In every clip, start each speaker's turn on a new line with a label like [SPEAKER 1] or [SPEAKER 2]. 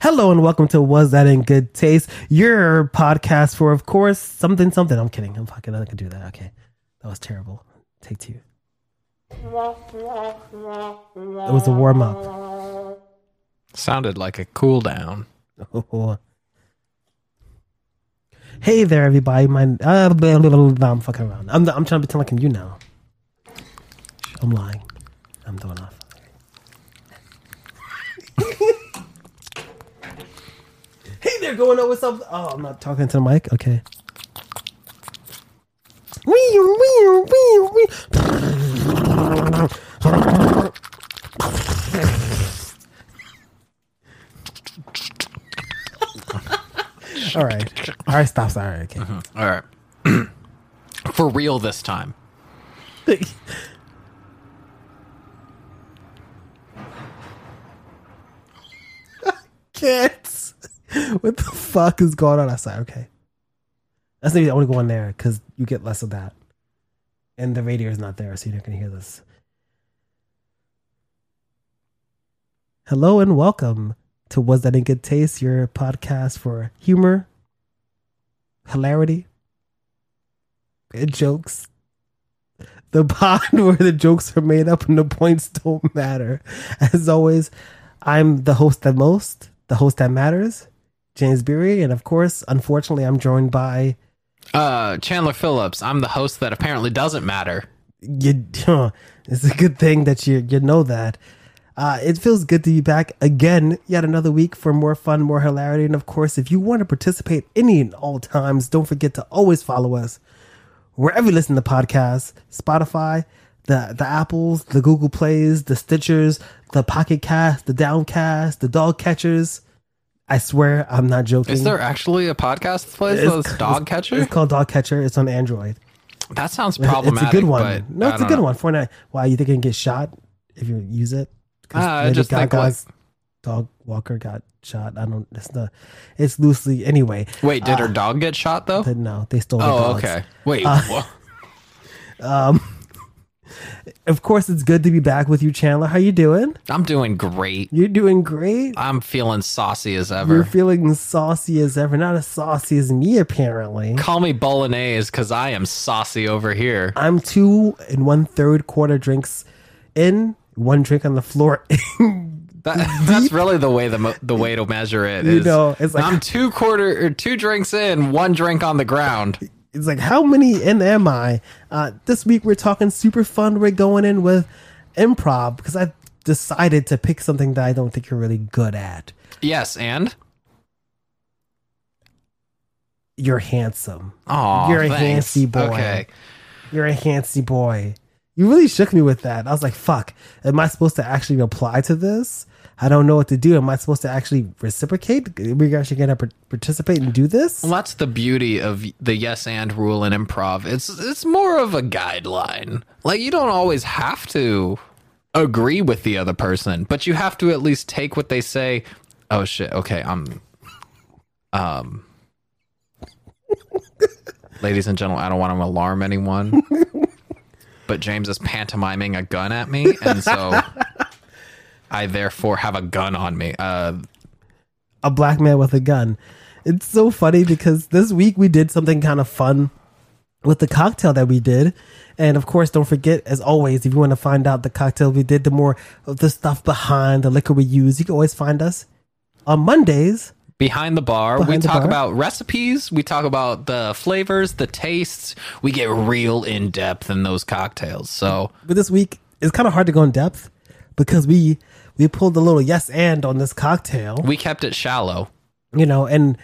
[SPEAKER 1] Hello and welcome to Was That in Good Taste, your podcast for, of course, something, something. I'm kidding. I'm fucking, I can do that. Okay. That was terrible. Take two. It was a warm up.
[SPEAKER 2] Sounded like a cool down.
[SPEAKER 1] Hey there, everybody. My, uh, blah, blah, blah, blah. I'm fucking around. I'm, I'm trying to pretend like I'm you now. I'm lying. I'm doing off. hey there, going on. What's up? Oh, I'm not talking to the mic. Okay. Wee, wee, wee, wee. All right. All right, stop. Sorry. Okay.
[SPEAKER 2] All right. For real this time.
[SPEAKER 1] Kids, what the fuck is going on outside? Okay, that's maybe I want to go in there because you get less of that, and the radio is not there, so you're not gonna hear this. Hello and welcome to Was That in Good Taste, your podcast for humor, hilarity, and jokes. The pod where the jokes are made up and the points don't matter. As always, I'm the host that most, the host that matters, James Beery, and of course, unfortunately, I'm joined by
[SPEAKER 2] Uh, Chandler Phillips, I'm the host that apparently doesn't matter.
[SPEAKER 1] you. Huh, it's a good thing that you you know that. Uh, it feels good to be back again, yet another week for more fun, more hilarity, and of course, if you want to participate any and all times, don't forget to always follow us wherever you listen to podcasts, Spotify, the the Apples, the Google Plays, the Stitchers, the Pocket Cast, the Downcast, the Dog Catchers. I swear, I'm not joking.
[SPEAKER 2] Is there actually a podcast place
[SPEAKER 1] It's-
[SPEAKER 2] that's dog catcher?
[SPEAKER 1] It's called Dog Catcher. It's on Android.
[SPEAKER 2] That sounds
[SPEAKER 1] It's
[SPEAKER 2] problematic.
[SPEAKER 1] a good one.
[SPEAKER 2] but
[SPEAKER 1] No,
[SPEAKER 2] I
[SPEAKER 1] it's a
[SPEAKER 2] don't
[SPEAKER 1] good
[SPEAKER 2] know.
[SPEAKER 1] one. Fortnite. Why you think you can get shot if you use it? 'Cause
[SPEAKER 2] Uh, I
[SPEAKER 1] Lady
[SPEAKER 2] just think like,
[SPEAKER 1] Gaga's dog walker got shot. I don't. It's not. It's loosely anyway.
[SPEAKER 2] wait, did her dog get shot though?
[SPEAKER 1] But no, they stole. the
[SPEAKER 2] Oh,
[SPEAKER 1] Uh, dogs. Uh,
[SPEAKER 2] okay. Wait, wha-
[SPEAKER 1] Of course, it's good to be back with you, Chandler. How you doing?
[SPEAKER 2] I'm doing great.
[SPEAKER 1] You're doing great.
[SPEAKER 2] I'm feeling saucy as
[SPEAKER 1] You're
[SPEAKER 2] ever.
[SPEAKER 1] feeling saucy as ever. Not as saucy as me, apparently.
[SPEAKER 2] Call me bolognese because I am saucy over here.
[SPEAKER 1] I'm two and one third quarter drinks in, one drink on the floor.
[SPEAKER 2] That, that's really the way the mo- the way to measure it is.
[SPEAKER 1] know, it's like-
[SPEAKER 2] I'm two quarter or two drinks in, one drink on the ground.
[SPEAKER 1] it's like how many in am i uh, this week we're talking super fun we're going in with improv because i decided to pick something that i don't think you're really good at
[SPEAKER 2] Yes, and
[SPEAKER 1] you're handsome
[SPEAKER 2] oh,
[SPEAKER 1] You're a handsy boy.
[SPEAKER 2] Okay,
[SPEAKER 1] you're a handsy boy you really shook me with that i was like fuck am i supposed to actually apply to this i don't know what to do am i supposed to actually reciprocate we're actually gonna par- participate and do this
[SPEAKER 2] well, that's the beauty of the yes and rule in improv. It's it's more of a guideline. Like you don't always have to agree with the other person, but you have to at least take what they say. Oh shit. Okay, I'm. Um. Ladies and gentlemen, I don't want to alarm anyone, but James is pantomiming a gun at me, and so I therefore have a gun on me. Uh,
[SPEAKER 1] a black man with a gun. It's so funny because this week we did something kind of fun with the cocktail that we did. And of course, don't forget, as always, if you want to find out the cocktail we did, the more of the stuff behind the liquor we use, you can always find us on Mondays.
[SPEAKER 2] behind the bar. we
[SPEAKER 1] Behind the
[SPEAKER 2] talk
[SPEAKER 1] bar?
[SPEAKER 2] about recipes. We talk about the flavors, the tastes. We get real in depth in those cocktails. So
[SPEAKER 1] But this week, it's kind of hard to go in depth because we we pulled a little yes and on this cocktail,
[SPEAKER 2] we kept it shallow.
[SPEAKER 1] you know, and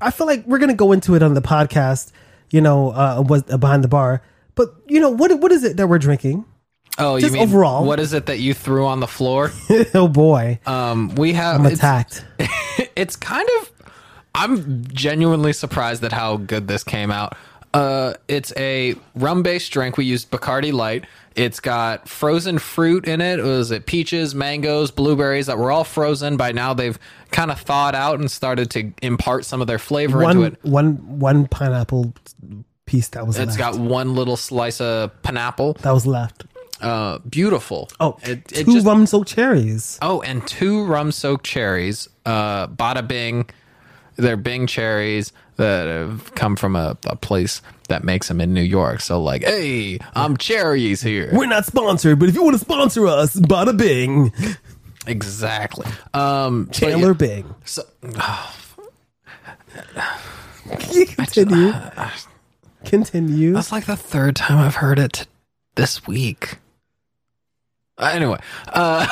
[SPEAKER 1] I feel like we're gonna go into it on the podcast, you know, uh, was uh, behind the bar. But you know, what what is it that we're drinking?
[SPEAKER 2] Oh,
[SPEAKER 1] Just
[SPEAKER 2] you mean
[SPEAKER 1] overall.
[SPEAKER 2] What is it that you threw on the floor?
[SPEAKER 1] oh boy,
[SPEAKER 2] Um, we have
[SPEAKER 1] I'm
[SPEAKER 2] it's,
[SPEAKER 1] attacked.
[SPEAKER 2] it's kind of. I'm genuinely surprised at how good this came out. Uh, it's a rum-based drink. We used Bacardi Light. It's got frozen fruit in it. Was it peaches, mangoes, blueberries that were all frozen? By now, they've kind of thawed out and started to impart some of their flavor into
[SPEAKER 1] One
[SPEAKER 2] it.
[SPEAKER 1] one one pineapple piece that was
[SPEAKER 2] It's
[SPEAKER 1] left.
[SPEAKER 2] got one little slice of pineapple.
[SPEAKER 1] that was left.
[SPEAKER 2] Uh, beautiful.
[SPEAKER 1] Oh,
[SPEAKER 2] it,
[SPEAKER 1] two
[SPEAKER 2] it just,
[SPEAKER 1] rum soaked cherries.
[SPEAKER 2] oh, and two rum soaked cherries. Uh, bada bing. They're Bing cherries that have come from a, a place that makes them in New York. So, like, hey, I'm cherries here.
[SPEAKER 1] We're not sponsored, but if you want to sponsor us, bada bing,
[SPEAKER 2] Exactly. Um, but yeah,
[SPEAKER 1] Taylor Bing.
[SPEAKER 2] so-
[SPEAKER 1] You continue.
[SPEAKER 2] uh,
[SPEAKER 1] Continue.
[SPEAKER 2] That's like the third time I've heard it t- this week. Uh, Anyway, uh,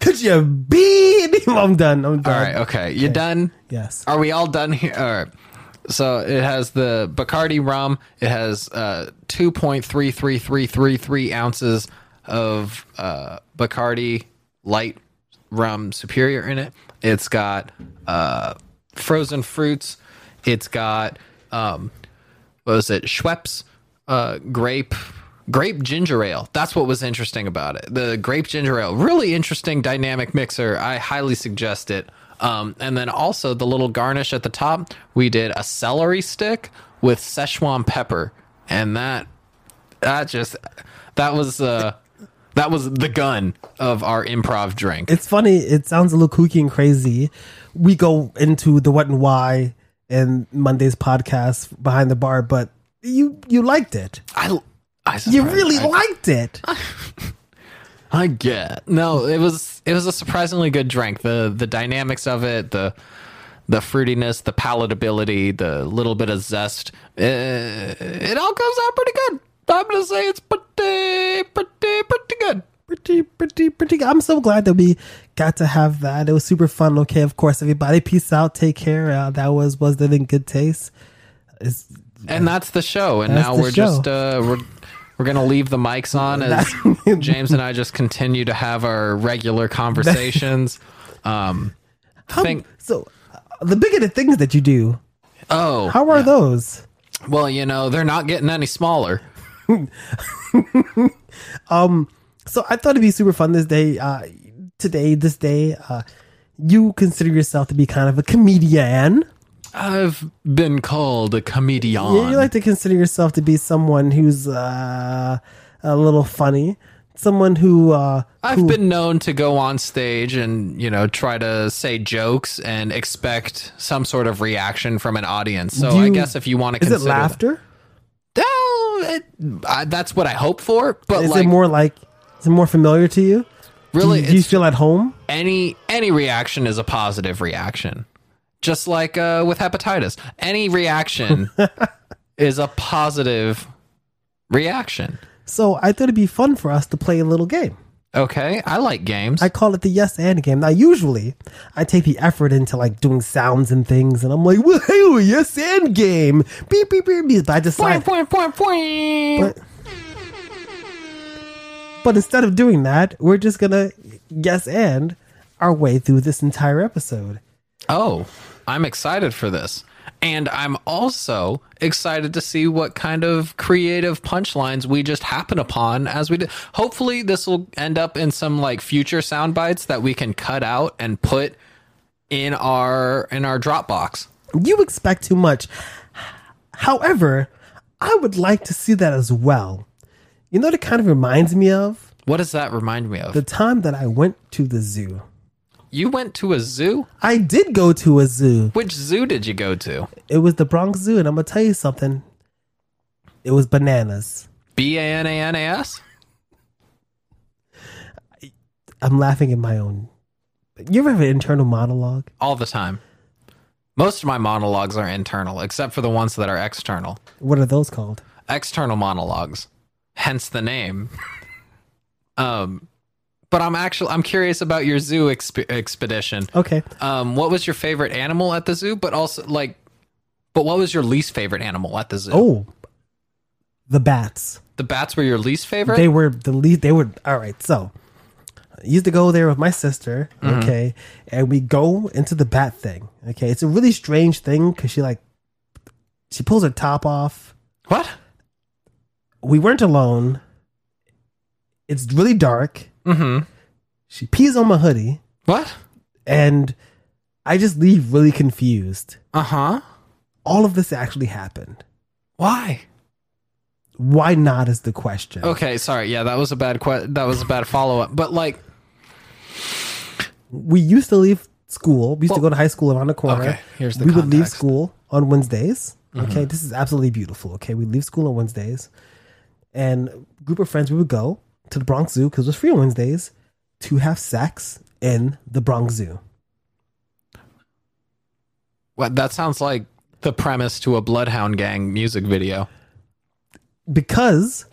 [SPEAKER 1] Could you be? I'm done. I'm done.
[SPEAKER 2] all right, okay, you done?
[SPEAKER 1] Yes.
[SPEAKER 2] Are we all done here? All right. So it has the Bacardi rum. It has uh, two point three three three three three ounces of uh, Bacardi light rum superior in it. It's got uh, frozen fruits. It's got um, what was it? Schweppes uh, grape grape ginger ale. That's what was interesting about it. The grape ginger ale, really interesting dynamic mixer. I highly suggest it. Um, and then also the little garnish at the top, we did a celery stick with Szechuan pepper, and that that just that was uh, that was the gun of our improv drink.
[SPEAKER 1] It's funny. It sounds a little kooky and crazy. We go into the what and why in Monday's podcast behind the bar, but you you liked it.
[SPEAKER 2] I I
[SPEAKER 1] You
[SPEAKER 2] surprised-
[SPEAKER 1] really
[SPEAKER 2] I-
[SPEAKER 1] liked it.
[SPEAKER 2] I get. No, it was it was a surprisingly good drink. The the dynamics of it, the the fruitiness, the palatability, the little bit of zest. eh, it all comes out pretty good. I'm gonna say it's pretty pretty pretty good.
[SPEAKER 1] pretty, pretty, pretty. I'm so glad that we got to have that. It was super fun. Okay, of course, everybody, peace out, take care. Uh, that was was that in good taste? It's,
[SPEAKER 2] And that's the show. And
[SPEAKER 1] That's
[SPEAKER 2] now
[SPEAKER 1] the
[SPEAKER 2] we're just uh we're we're gonna leave the mics on as James and I just continue to have our regular conversations. Um
[SPEAKER 1] how,
[SPEAKER 2] Thank-
[SPEAKER 1] so. Uh, the bigger the things that you do,
[SPEAKER 2] oh
[SPEAKER 1] how are those?
[SPEAKER 2] well, you know, they're not getting any smaller.
[SPEAKER 1] So I thought it'd be super fun this day. Uh, today, this day, uh, you consider yourself to be kind of a comedian.
[SPEAKER 2] I've been called a comedian.
[SPEAKER 1] Yeah, you like to consider yourself to be someone who's uh, a little funny, someone who uh,
[SPEAKER 2] I've been known to go on stage and, you know, try to say jokes and expect some sort of reaction from an audience. So
[SPEAKER 1] Do
[SPEAKER 2] I
[SPEAKER 1] you-
[SPEAKER 2] guess if you want to
[SPEAKER 1] is
[SPEAKER 2] consider
[SPEAKER 1] it laughter?
[SPEAKER 2] That, well, it- I- that's what I hope for, but
[SPEAKER 1] Is
[SPEAKER 2] like
[SPEAKER 1] it more like is it more familiar to you?
[SPEAKER 2] really
[SPEAKER 1] do you
[SPEAKER 2] it's-
[SPEAKER 1] feel at home?
[SPEAKER 2] any any reaction is a positive reaction. Just like uh, with hepatitis, any reaction is a positive reaction.
[SPEAKER 1] So I thought it'd be fun for us to play a little game.
[SPEAKER 2] Okay, I like games.
[SPEAKER 1] I call it the yes and game. Now usually I take the effort into like doing sounds and things and I'm like, well hey, well, yes and game. Beep beep beep beep but I decide but, but instead of doing that, we're just gonna yes and our way through this entire episode.
[SPEAKER 2] Oh, I'm excited for this. And I'm also excited to see what kind of creative punchlines we just happen upon as we do. Hopefully, this will end up in some like future sound bites that we can cut out and put in our in our Dropbox.
[SPEAKER 1] You expect too much. However, I would like to see that as well. You know what it kind of reminds me of?
[SPEAKER 2] What does that remind me of?
[SPEAKER 1] the time that I went to the zoo.
[SPEAKER 2] you went to a zoo.
[SPEAKER 1] I did go to a zoo.
[SPEAKER 2] Which zoo did you go to?
[SPEAKER 1] It was the Bronx Zoo, and I'm gonna tell you something. It was bananas.
[SPEAKER 2] B a n a n a s.
[SPEAKER 1] I'm laughing at my own. You ever have an internal monologue?
[SPEAKER 2] All the time. Most of my monologues are internal, except for the ones that are external.
[SPEAKER 1] What are those called?
[SPEAKER 2] external monologues hence the name um but i'm actually i'm curious about your zoo exp- expedition
[SPEAKER 1] Okay.
[SPEAKER 2] um what was your favorite animal at the zoo but also like but what was your least favorite animal at the zoo
[SPEAKER 1] Oh, the bats.
[SPEAKER 2] the bats were your least favorite
[SPEAKER 1] They were the lead. They were all right. So, I used to go there with my sister. Okay, and we go into the bat thing. Okay, it's a really strange thing because she like she pulls her top off.
[SPEAKER 2] what
[SPEAKER 1] we weren't alone. It's really dark.
[SPEAKER 2] mm-hmm
[SPEAKER 1] She pees on my hoodie,
[SPEAKER 2] what
[SPEAKER 1] and I just leave really confused.
[SPEAKER 2] uh-huh
[SPEAKER 1] All of this actually happened.
[SPEAKER 2] why
[SPEAKER 1] why not is the question.
[SPEAKER 2] Okay, sorry. Yeah, that was a bad que- that was a bad follow up. But like
[SPEAKER 1] We used to leave school. We used to go to high school around the corner.
[SPEAKER 2] Okay, here's the
[SPEAKER 1] we would leave
[SPEAKER 2] context. Mm-hmm.
[SPEAKER 1] school on Wednesdays. Okay, this is absolutely beautiful. Okay, we leave school on Wednesdays, and a group of friends we would go to the Bronx Zoo because it was free on Wednesdays to have sex in the Bronx Zoo.
[SPEAKER 2] what that sounds like the premise to a Bloodhound Gang music video.
[SPEAKER 1] because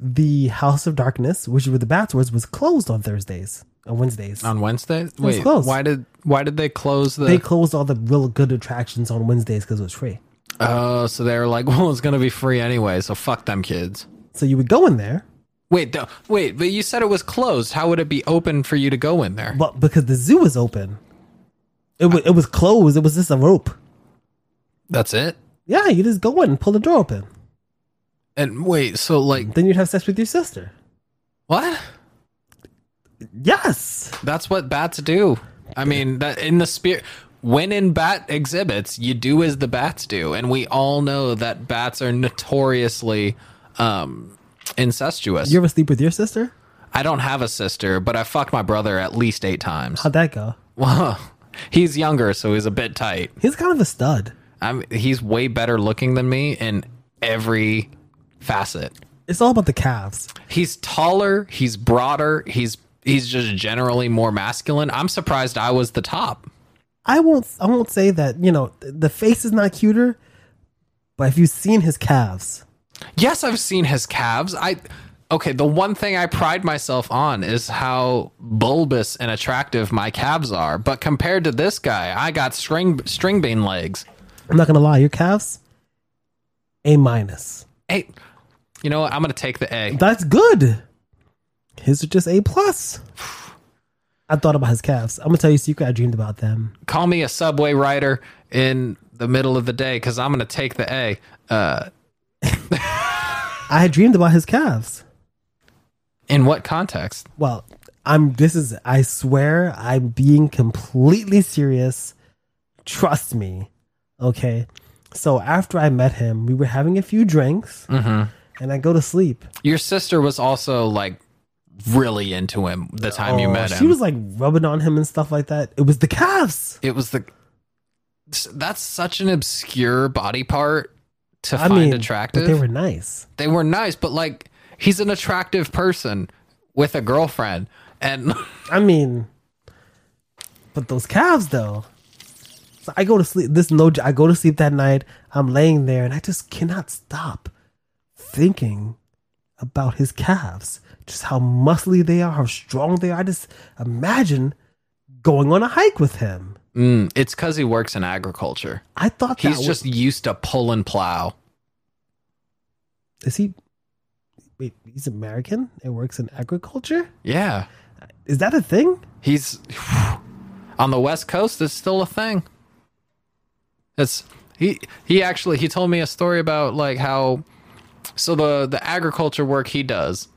[SPEAKER 1] the House of Darkness, which is where the bats was, was closed on Thursdays and Wednesdays.
[SPEAKER 2] on Wednesday. Wait,
[SPEAKER 1] close.
[SPEAKER 2] why did why did they close the?
[SPEAKER 1] they closed all the real good attractions on Wednesdays because it was free.
[SPEAKER 2] oh, so they were like, well, it's gonna be free anyway, so fuck them kids.
[SPEAKER 1] So you would go in there,
[SPEAKER 2] Wait, th- wait, but you said it was closed. How would it be open for you to go in there?
[SPEAKER 1] but because the zoo was open, it wa it was closed. It was just a rope.
[SPEAKER 2] That's it.
[SPEAKER 1] Yeah, you just go in and pull the door open.
[SPEAKER 2] And wait, so like
[SPEAKER 1] Then you'd have sex with your sister.
[SPEAKER 2] what?
[SPEAKER 1] Yes,
[SPEAKER 2] That's what bats do. I mean, that in the spirit. When in bat exhibits, you do as the bats do, and we all know that bats are notoriously um, incestuous.
[SPEAKER 1] you ever sleep with your sister?
[SPEAKER 2] I don't have a sister, but I fucked my brother at least eight times.
[SPEAKER 1] How'd that go?
[SPEAKER 2] Well, he's younger, so he's a bit tight.
[SPEAKER 1] He's kind of a stud.
[SPEAKER 2] I'm he's way better looking than me in every facet.
[SPEAKER 1] It's all about the calves.
[SPEAKER 2] He's taller, he's broader, he's he's just generally more masculine. I'm surprised I was the top.
[SPEAKER 1] I won't. I won't say that. You know, th- the face is not cuter, but if you've seen his calves,
[SPEAKER 2] Yes, I've seen his calves. I okay, the one thing I pride myself on is how bulbous and attractive my calves are, but compared to this guy, I got string string bean legs.
[SPEAKER 1] I'm not gonna lie, your calves, A minus.
[SPEAKER 2] Hey, you know what? I'm going to take the A.
[SPEAKER 1] That's good. His are just A plus. I thought about his calves. I'm gonna tell you a secret. I dreamed about them.
[SPEAKER 2] call me a subway rider in the middle of the day because I'm gonna take the A. Uh,
[SPEAKER 1] I had dreamed about his calves.
[SPEAKER 2] in what context?
[SPEAKER 1] Well, I'm. This is. I swear, I'm being completely serious. Trust me. Okay. So after I met him, we were having a few drinks,
[SPEAKER 2] Mm-hmm.
[SPEAKER 1] and I go to sleep.
[SPEAKER 2] Your sister was also like really into him the time you
[SPEAKER 1] Oh,
[SPEAKER 2] met him.
[SPEAKER 1] She was like rubbing on him and stuff like that. It was the calves.
[SPEAKER 2] it was the that's such an obscure body part to
[SPEAKER 1] I
[SPEAKER 2] find
[SPEAKER 1] mean,
[SPEAKER 2] attractive.
[SPEAKER 1] But they were nice.
[SPEAKER 2] they were nice, but like he's an attractive person with a girlfriend, and
[SPEAKER 1] I mean, but those calves though. So I go to sleep. This no, j- I go to sleep that night. I'm laying there and I just cannot stop thinking about his calves. Just how muscly they are, how strong they are. I just imagine going on a hike with him.
[SPEAKER 2] Mm, it's because he works in agriculture.
[SPEAKER 1] I thought that
[SPEAKER 2] He's
[SPEAKER 1] was,
[SPEAKER 2] just used to pull and plow.
[SPEAKER 1] is he. Wait, he's American and works in agriculture.
[SPEAKER 2] Yeah.
[SPEAKER 1] Is that a thing?
[SPEAKER 2] He's on the West Coast. It's still a thing. It's he. He actually he told me a story about like how so the the agriculture work he does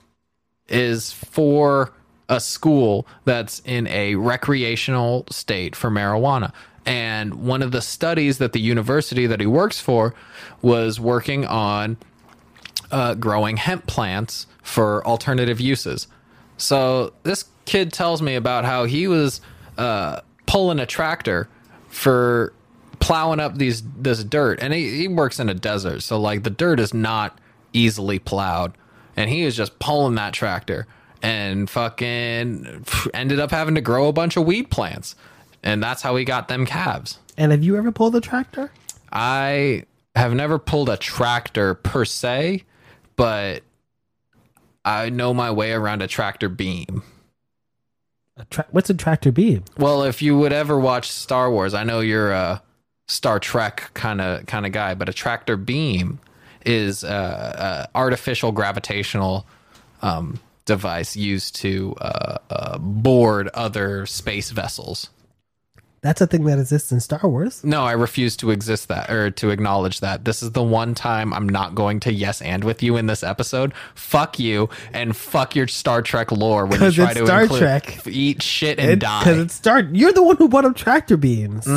[SPEAKER 2] is for a school that's in a recreational state for marijuana. And one of the studies that the university that he works for was working on uh, growing hemp plants for alternative uses. So this kid tells me about how he was uh, pulling a tractor for plowing up these this dirt, and he, he works in a desert, so like the dirt is not easily plowed, and he was just pulling that tractor and fucking ended up having to grow a bunch of weed plants, and that's how he got them calves.
[SPEAKER 1] And have you ever pulled a tractor?
[SPEAKER 2] I have never pulled a tractor per se, but I know my way around a tractor beam.
[SPEAKER 1] A tra- what's a tractor be?
[SPEAKER 2] Well, if you would ever watch Star Wars, I know you're a Star Trek kind of kind of guy, but a tractor beam is uh, uh, artificial gravitational um, device used to uh, uh, board other space vessels.
[SPEAKER 1] That's a thing that exists in Star Wars.
[SPEAKER 2] No, I refuse to exist that or to acknowledge that. This is the one time I'm not going to yes and with you in this episode. Fuck you and fuck your Star Trek lore when you
[SPEAKER 1] 'Cause
[SPEAKER 2] try
[SPEAKER 1] it's
[SPEAKER 2] to
[SPEAKER 1] Star
[SPEAKER 2] include-
[SPEAKER 1] Trek.
[SPEAKER 2] eat shit and
[SPEAKER 1] Because
[SPEAKER 2] die. Mm.
[SPEAKER 1] it start. You're the one who bought up tractor beams.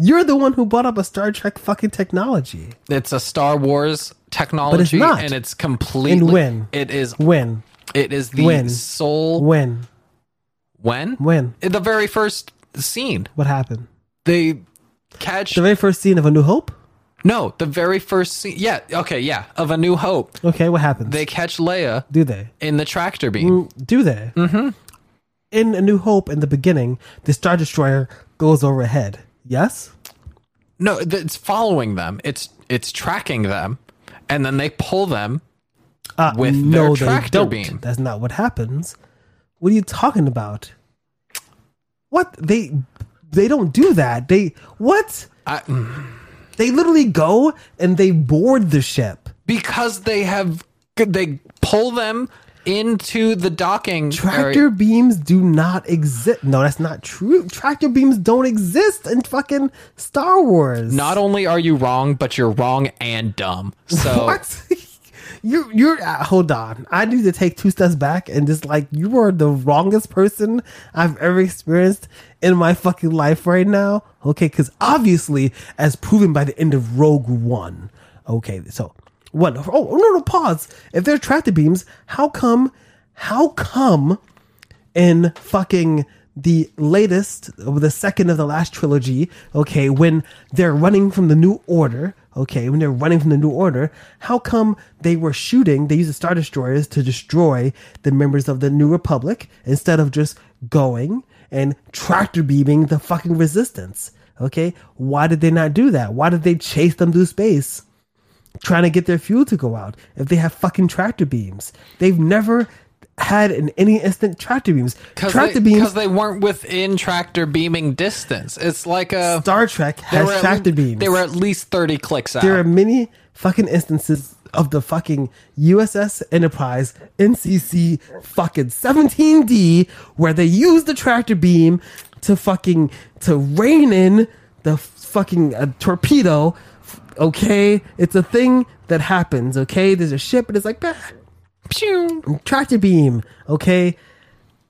[SPEAKER 1] You're the one who brought up a Star Trek fucking technology.
[SPEAKER 2] It's a Star Wars technology,
[SPEAKER 1] not.
[SPEAKER 2] and it's completely.
[SPEAKER 1] And when?
[SPEAKER 2] It is.
[SPEAKER 1] When?
[SPEAKER 2] It is the
[SPEAKER 1] When?
[SPEAKER 2] sole.
[SPEAKER 1] When?
[SPEAKER 2] When?
[SPEAKER 1] When?
[SPEAKER 2] In the very first scene,
[SPEAKER 1] What happened?
[SPEAKER 2] they catch.
[SPEAKER 1] The very first scene of A New Hope?
[SPEAKER 2] no, the very first scene. Yeah. Okay. Yeah. Of A New Hope,
[SPEAKER 1] Okay, what happens?
[SPEAKER 2] they catch Leia
[SPEAKER 1] do they?
[SPEAKER 2] in the tractor beam.
[SPEAKER 1] Do they? Mm-hmm. In A New Hope, in the beginning, the Star Destroyer goes overhead. Yes?
[SPEAKER 2] No, th- it's following them. It's it's tracking them, and then they pull them.
[SPEAKER 1] Uh,
[SPEAKER 2] With their tractor beam.
[SPEAKER 1] That's not what happens. What are you talking about? What? They they don't do that. They what?
[SPEAKER 2] I,
[SPEAKER 1] They literally go and they board the ship.
[SPEAKER 2] because they have they pull them into the docking
[SPEAKER 1] Tractor
[SPEAKER 2] area.
[SPEAKER 1] beams do not exist. No, that's not true. Tractor beams don't exist in fucking Star Wars.
[SPEAKER 2] Not only are you wrong, but you're wrong and dumb. So
[SPEAKER 1] What? you you're uh, hold on. I need to take two steps back and just like you are the wrongest person I've ever experienced in my fucking life right now. Okay, because obviously, as proven by the end of Rogue One. Okay, so what? Oh no, no pause. If they're tractor beams, how come? How come? in fucking the latest, the second of the last trilogy, okay, when they're running from the New Order, okay, when they're running from the New Order, how come they were shooting, they used the Star Destroyers to destroy the members of the New Republic instead of just going and tractor beaming the fucking resistance? Okay, why did they not do that? Why did they chase them through space? trying to get their fuel to go out if they have fucking tractor beams. They've never had in any instant tractor beams.
[SPEAKER 2] because
[SPEAKER 1] Tractor
[SPEAKER 2] they,
[SPEAKER 1] beams.
[SPEAKER 2] 'cause they weren't within tractor beaming distance. It's like a
[SPEAKER 1] Star Trek
[SPEAKER 2] they
[SPEAKER 1] has
[SPEAKER 2] were at
[SPEAKER 1] tractor
[SPEAKER 2] le-
[SPEAKER 1] beams.
[SPEAKER 2] They were at least thirty clicks out.
[SPEAKER 1] there are many fucking instances of the fucking USS Enterprise NCC fucking 17D where they use the tractor beam to fucking to rein in the fucking uh, torpedo. Okay, it's a thing that happens. Okay, there's a ship and it's like. "Bah,
[SPEAKER 2] Pew.
[SPEAKER 1] tractor beam. Okay.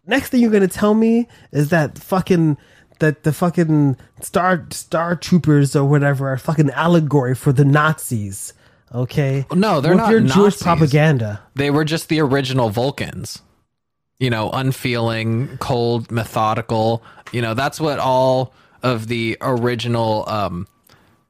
[SPEAKER 1] Next thing you're gonna tell me is that fucking that the fucking star star troopers or whatever are fucking allegory for the Nazis. Okay.
[SPEAKER 2] Oh, No, they're
[SPEAKER 1] With
[SPEAKER 2] not
[SPEAKER 1] your Jewish
[SPEAKER 2] Nazis.
[SPEAKER 1] propaganda.
[SPEAKER 2] They were just the original Vulcans. You know, unfeeling, cold, methodical. You know, that's what all of the original um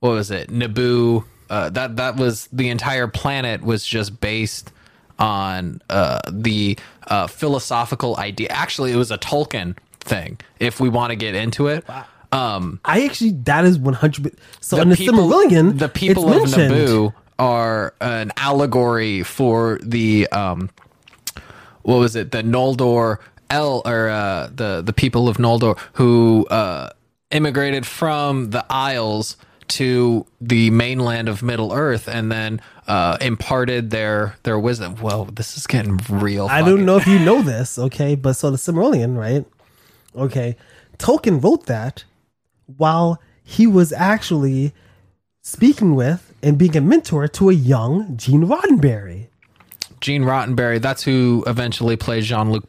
[SPEAKER 2] what was it? Naboo uh, that that was the entire planet was just based on uh, the uh, philosophical idea. Actually, it was a Tolkien thing. If we want to get into it, um,
[SPEAKER 1] I actually that is one hundred. So in the
[SPEAKER 2] people-
[SPEAKER 1] Silmarillion,
[SPEAKER 2] the people
[SPEAKER 1] it's
[SPEAKER 2] of
[SPEAKER 1] mentioned.
[SPEAKER 2] Naboo are an allegory for the um, what was it? The Noldor El or uh, the the people of Noldor who uh, immigrated from the Isles to the mainland of Middle Earth and then uh, imparted their their wisdom. Whoa, this is getting real.
[SPEAKER 1] I don't know if you know this, okay, but so the Silmarillion, right? Okay, Tolkien wrote that while he was actually speaking with and being a mentor to a young Gene Roddenberry.
[SPEAKER 2] Gene Rottenberry. That's who eventually plays Jean Luc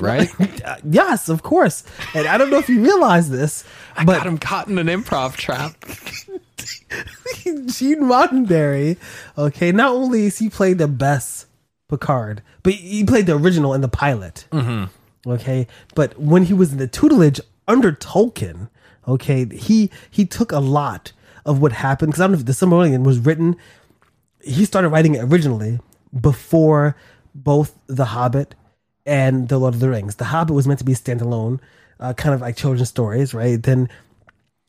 [SPEAKER 2] right?
[SPEAKER 1] Uh, yes, of course. And I don't know if you realize this, but
[SPEAKER 2] Got him caught in an improv trap.
[SPEAKER 1] Gene Roddenberry, okay, not only is he played the best Picard, but he played the original and the pilot. Okay, but when he was in the tutelage under Tolkien, okay, he he took a lot of what happened because I don't know if the Silmarillion was written. He started writing it originally before both The Hobbit and The Lord of the Rings. The Hobbit was meant to be standalone, uh, kind of like children's stories, right? Then.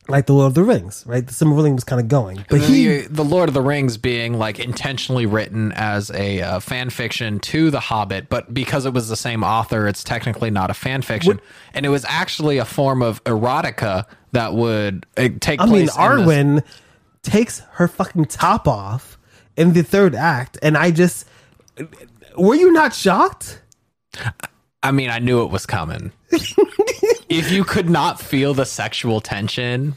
[SPEAKER 1] Like the Lord of the Rings, right? The Silmarillion was kind of going, but he
[SPEAKER 2] the, the Lord of the Rings being like intentionally written as a uh, fan fiction to The Hobbit, but because it was the same author, it's technically not a fan fiction, and it was actually a form of erotica that would uh, take
[SPEAKER 1] I mean,
[SPEAKER 2] place. in this-
[SPEAKER 1] Arwen takes her fucking top off in the third act, and I just were you not shocked?
[SPEAKER 2] I mean, I knew it was coming. if you could not feel the sexual tension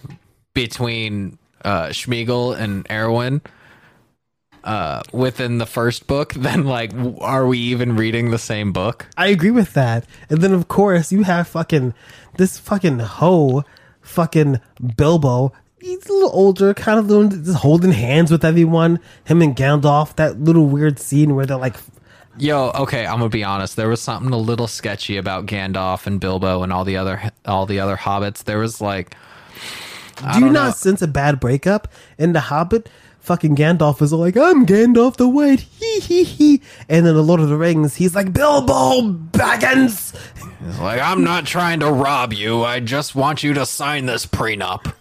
[SPEAKER 2] between uh, Schmiegel and Erwin. Uh, within the first book, then like, w- are we even reading the same book?
[SPEAKER 1] I agree with that. And then of course you have fucking this fucking hoe, fucking Bilbo he's a little older, kind of doing just holding hands with everyone. Him and Gandalf, that little weird scene where they're like,
[SPEAKER 2] Yo, okay, I'm gonna be honest. There was something a little sketchy about Gandalf and Bilbo and all the other all the other hobbits. There was like,
[SPEAKER 1] "Do you not sense a bad breakup?" And the Hobbit, fucking Gandalf, is all like, "I'm Gandalf the White," hee hee hee. And in the Lord of the Rings, he's like, "Bilbo Baggins."
[SPEAKER 2] like I'm not trying to rob you. I just want you to sign this prenup.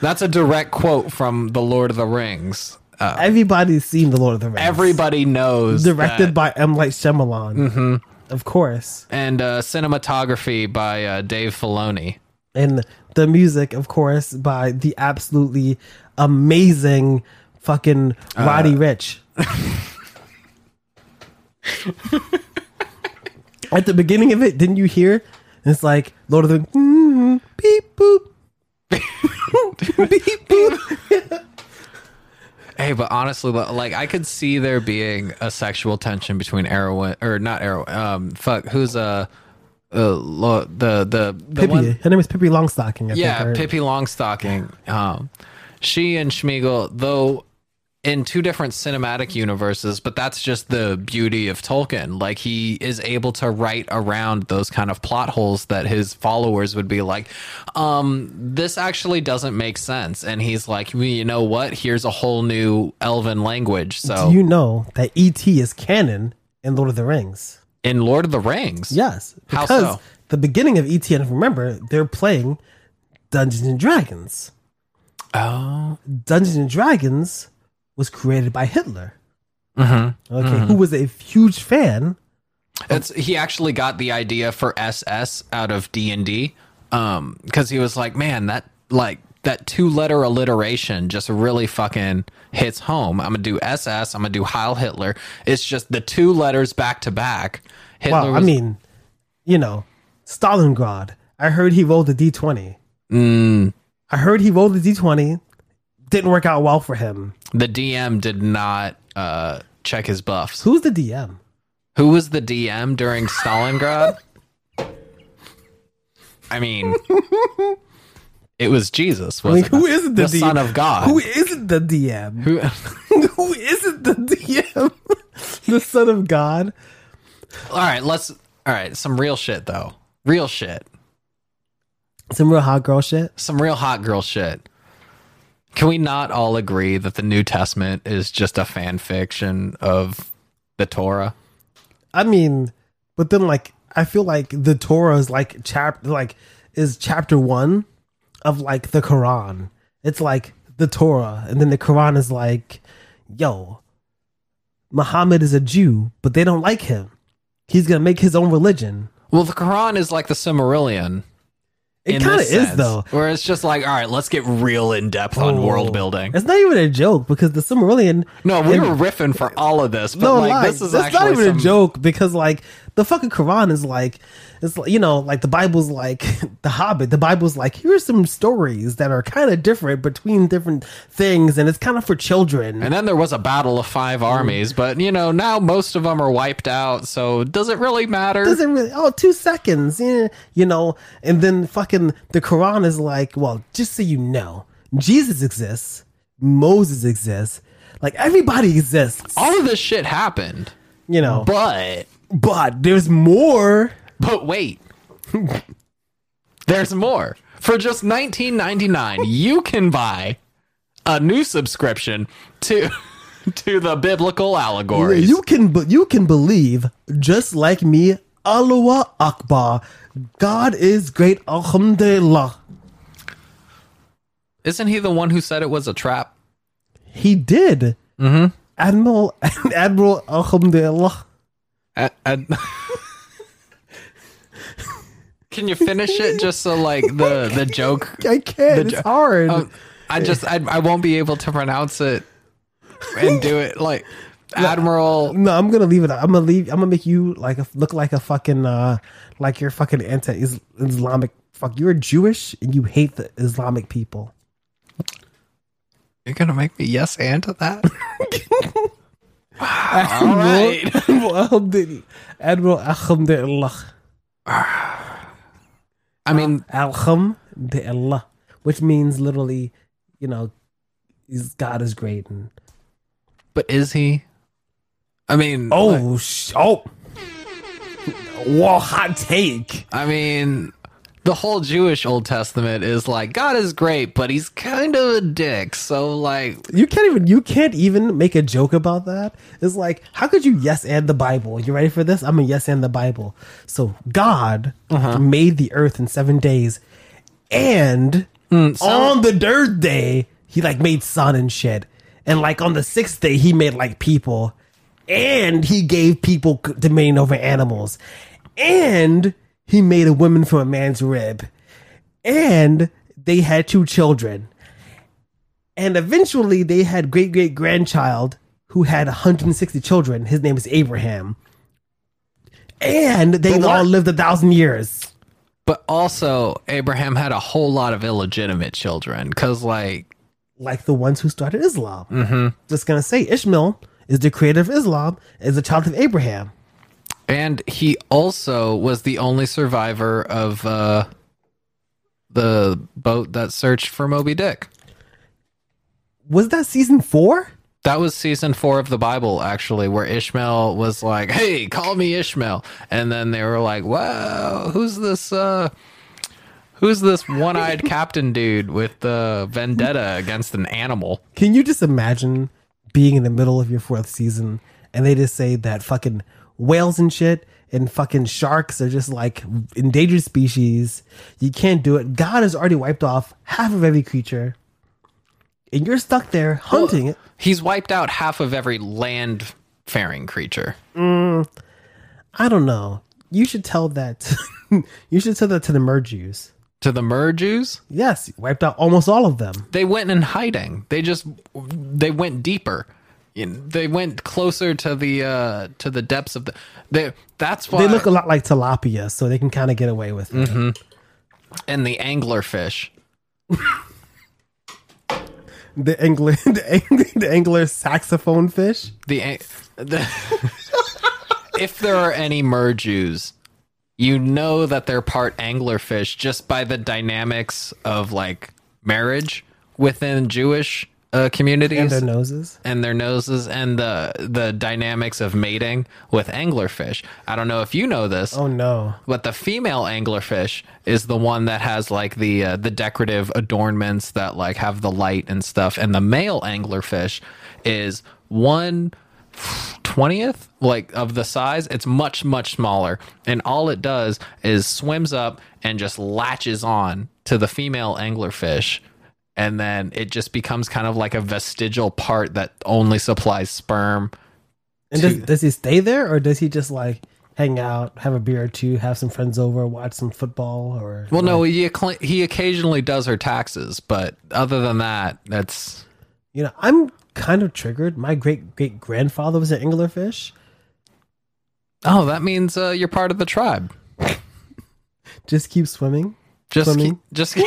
[SPEAKER 2] That's a direct quote from the Lord of the Rings.
[SPEAKER 1] Everybody's seen the Lord of the Rings,
[SPEAKER 2] Everybody knows
[SPEAKER 1] directed
[SPEAKER 2] that.
[SPEAKER 1] by M. Light Shyamalan, of course,
[SPEAKER 2] and uh, cinematography by uh, Dave Filoni.
[SPEAKER 1] and the music, of course, by the absolutely amazing fucking
[SPEAKER 2] Uh,
[SPEAKER 1] Roddy Rich. At the beginning of it, didn't you hear? It's like Lord of the mm, beep boop beep boop.
[SPEAKER 2] Hey, but honestly, li- like I could see there being a sexual tension between Erwin or not Erwin. Um, fuck, who's uh, uh lo- the the the
[SPEAKER 1] Pippi,
[SPEAKER 2] one?
[SPEAKER 1] her name is Pippi Longstocking. I
[SPEAKER 2] Yeah,
[SPEAKER 1] think, or-
[SPEAKER 2] Pippi Longstocking. Um, she and Schmiegel, though, in two different cinematic universes, but that's just the beauty of Tolkien. Like he is able to write around those kind of plot holes that his followers would be like, um, this actually doesn't make sense. And he's like, well, you know what? Here's a whole new elven language. So
[SPEAKER 1] Do you know that ET is canon in Lord of the Rings?
[SPEAKER 2] in Lord of the Rings,
[SPEAKER 1] Yes,
[SPEAKER 2] How
[SPEAKER 1] because
[SPEAKER 2] so?
[SPEAKER 1] the beginning of ET, and if you remember, they're playing Dungeons and Dragons.
[SPEAKER 2] oh,
[SPEAKER 1] Dungeons and Dragons was created by Hitler.
[SPEAKER 2] Mm-hmm.
[SPEAKER 1] Okay, who was a huge fan.
[SPEAKER 2] It's he actually got the idea for SS out of D and D, because he was like, man, that like that two letter alliteration just really fucking hits home. I'm gonna do SS. I'm gonna do Heil Hitler. It's just the two letters back to back. Hitler.
[SPEAKER 1] Well, I
[SPEAKER 2] was-
[SPEAKER 1] mean, you know, Stalingrad. I heard he rolled a D twenty.
[SPEAKER 2] Mm.
[SPEAKER 1] I heard he rolled a D twenty. Didn't work out well for him.
[SPEAKER 2] the DM did not uh, check his buffs.
[SPEAKER 1] Who's the DM?
[SPEAKER 2] Who was the DM during Stalingrad? I mean, it was Jesus.
[SPEAKER 1] I mean,
[SPEAKER 2] Wasn't
[SPEAKER 1] who
[SPEAKER 2] it?
[SPEAKER 1] isn't the,
[SPEAKER 2] the
[SPEAKER 1] D-
[SPEAKER 2] Son of God?
[SPEAKER 1] Who isn't the DM?
[SPEAKER 2] Who-
[SPEAKER 1] who isn't the DM? the Son of God.
[SPEAKER 2] All right, let's. All right, some real shit though. Real shit.
[SPEAKER 1] Some real hot girl shit.
[SPEAKER 2] Some real hot girl shit. Can we not all agree that the New Testament is just a fan fiction of the Torah?
[SPEAKER 1] I mean, but then like I feel like the Torah is like chapter like is chapter one of like the Quran. It's like the Torah, and then the Quran is like, yo, Muhammad is a Jew, but they don't like him. He's gonna make his own religion.
[SPEAKER 2] Well, the Quran is like the Cimmerillion.
[SPEAKER 1] It
[SPEAKER 2] in
[SPEAKER 1] kind of
[SPEAKER 2] this
[SPEAKER 1] is
[SPEAKER 2] sense,
[SPEAKER 1] though. Oh.
[SPEAKER 2] Where it's just like, all right, let's get real in depth on world building.
[SPEAKER 1] It's not even a joke because the Cimmerillion.
[SPEAKER 2] No, we were riffing for all of this, but
[SPEAKER 1] no
[SPEAKER 2] like
[SPEAKER 1] lie.
[SPEAKER 2] this is
[SPEAKER 1] That's
[SPEAKER 2] actually
[SPEAKER 1] not even
[SPEAKER 2] some,
[SPEAKER 1] a joke because like the fucking Quran is like it's like, you know like the Bible's like the Hobbit. The Bible's like here's some stories that are kind of different between different things, and it's kind of for children.
[SPEAKER 2] And then there was a battle of five armies, but you know now most of them are wiped out. So does it really matter?
[SPEAKER 1] doesn't really oh two seconds yeah, you know and then fucking the quran is like well just so you know jesus exists moses exists like everybody exists
[SPEAKER 2] all of this shit happened,
[SPEAKER 1] you know but,
[SPEAKER 2] but
[SPEAKER 1] but there's more
[SPEAKER 2] But wait, there's more. For just $19.99, you can buy a new subscription to to the biblical allegories.
[SPEAKER 1] You can be- you can believe just like me. Allahu Akbar. God is great. Alhamdulillah.
[SPEAKER 2] Isn't he the one who said it was a trap?
[SPEAKER 1] He did. Mm-hmm. Admiral Admiral Alhamdulillah.
[SPEAKER 2] A- a- can you finish it just so like the the joke?
[SPEAKER 1] I can't.
[SPEAKER 2] jo-
[SPEAKER 1] it's hard.
[SPEAKER 2] Um, I just I, I won't be able to pronounce it and do it like Admiral.
[SPEAKER 1] no, I'm gonna leave it. I'm gonna leave. I'm gonna make you like a, look like a fucking uh like you're fucking anti-Islamic. Fuck, you're Jewish and you hate the Islamic people.
[SPEAKER 2] You're gonna make me yes and to that.
[SPEAKER 1] All
[SPEAKER 2] right.
[SPEAKER 1] Admiral Admiral Alhamdulillah.
[SPEAKER 2] I mean,
[SPEAKER 1] Alhamdulillah. which means literally, you know, is- God is great. And
[SPEAKER 2] But is he? I mean,
[SPEAKER 1] oh, sh- oh, whoa, hot take.
[SPEAKER 2] I mean, the whole Jewish Old Testament is like God is great, but he's kind of a dick. So like,
[SPEAKER 1] You can't even you can't even make a joke about that. It's like, how could you yes and the Bible? You ready for this? I'm a yes and the Bible. So God made the earth in seven days, and on the third day he like made sun and shit, and like on the sixth day he made like people, and he gave people c- domain over animals, and he made a woman from a man's rib, and they had two children and eventually they had great great grandchild who had 160 children his name is abraham and they
[SPEAKER 2] But what-
[SPEAKER 1] all lived a thousand years
[SPEAKER 2] but also Abraham had a whole lot of illegitimate children because like,
[SPEAKER 1] like the ones who started islam mm-hmm. just gonna say ishmael is the creator of islam is a child of abraham
[SPEAKER 2] and he also was the only survivor of uh, the boat that searched for Moby Dick.
[SPEAKER 1] was that season four
[SPEAKER 2] That was season four of the Bible, actually, where Ishmael was like, "Hey, call me Ishmael," and then they were like, "Wow, who's this? uh Who's this one-eyed captain dude with the vendetta against an animal?"
[SPEAKER 1] Can you just imagine being in the middle of your fourth season and they just say that fucking whales and shit and fucking sharks are just like endangered species. You can't do it. God has already wiped off half of every creature. And you're stuck there hunting it.
[SPEAKER 2] He's wiped out half of every land-faring creature.
[SPEAKER 1] I don't know. You should tell that. you should tell that to the Merjews.
[SPEAKER 2] To the Merjews,
[SPEAKER 1] Yes, wiped out almost all of them.
[SPEAKER 2] they went in hiding. They just they went deeper. You know, They went closer to the uh to the depths of the. They, that's why
[SPEAKER 1] They look a lot like tilapia, so they can kind of get away with it.
[SPEAKER 2] and the anglerfish.
[SPEAKER 1] The angler, the angler, the angler saxophone fish.
[SPEAKER 2] the, an- the if there are any merjews you know that they're part anglerfish just by the dynamics of like marriage within jewish uh, communities
[SPEAKER 1] and their noses.
[SPEAKER 2] and their noses and the the dynamics of mating with anglerfish i don't know if you know this
[SPEAKER 1] Oh no.
[SPEAKER 2] but the female anglerfish is the one that has like the uh, the decorative adornments that like have the light and stuff and the male anglerfish is one twentieth like of the size it's much much smaller and all it does is swims up and just latches on to the female anglerfish and then it just becomes kind of like a vestigial part that only supplies sperm
[SPEAKER 1] And does, does he stay there or does he just like hang out, have a beer or two, have some friends over, watch some football or
[SPEAKER 2] Well, no, he acc- he occasionally does her taxes, but other than that, that's
[SPEAKER 1] you know, I'm kind of triggered. My great great grandfather was an anglerfish.
[SPEAKER 2] oh, that means uh, you're part of the tribe.
[SPEAKER 1] Just keep swimming.
[SPEAKER 2] Just,
[SPEAKER 1] Swimming.
[SPEAKER 2] keep, just
[SPEAKER 1] Can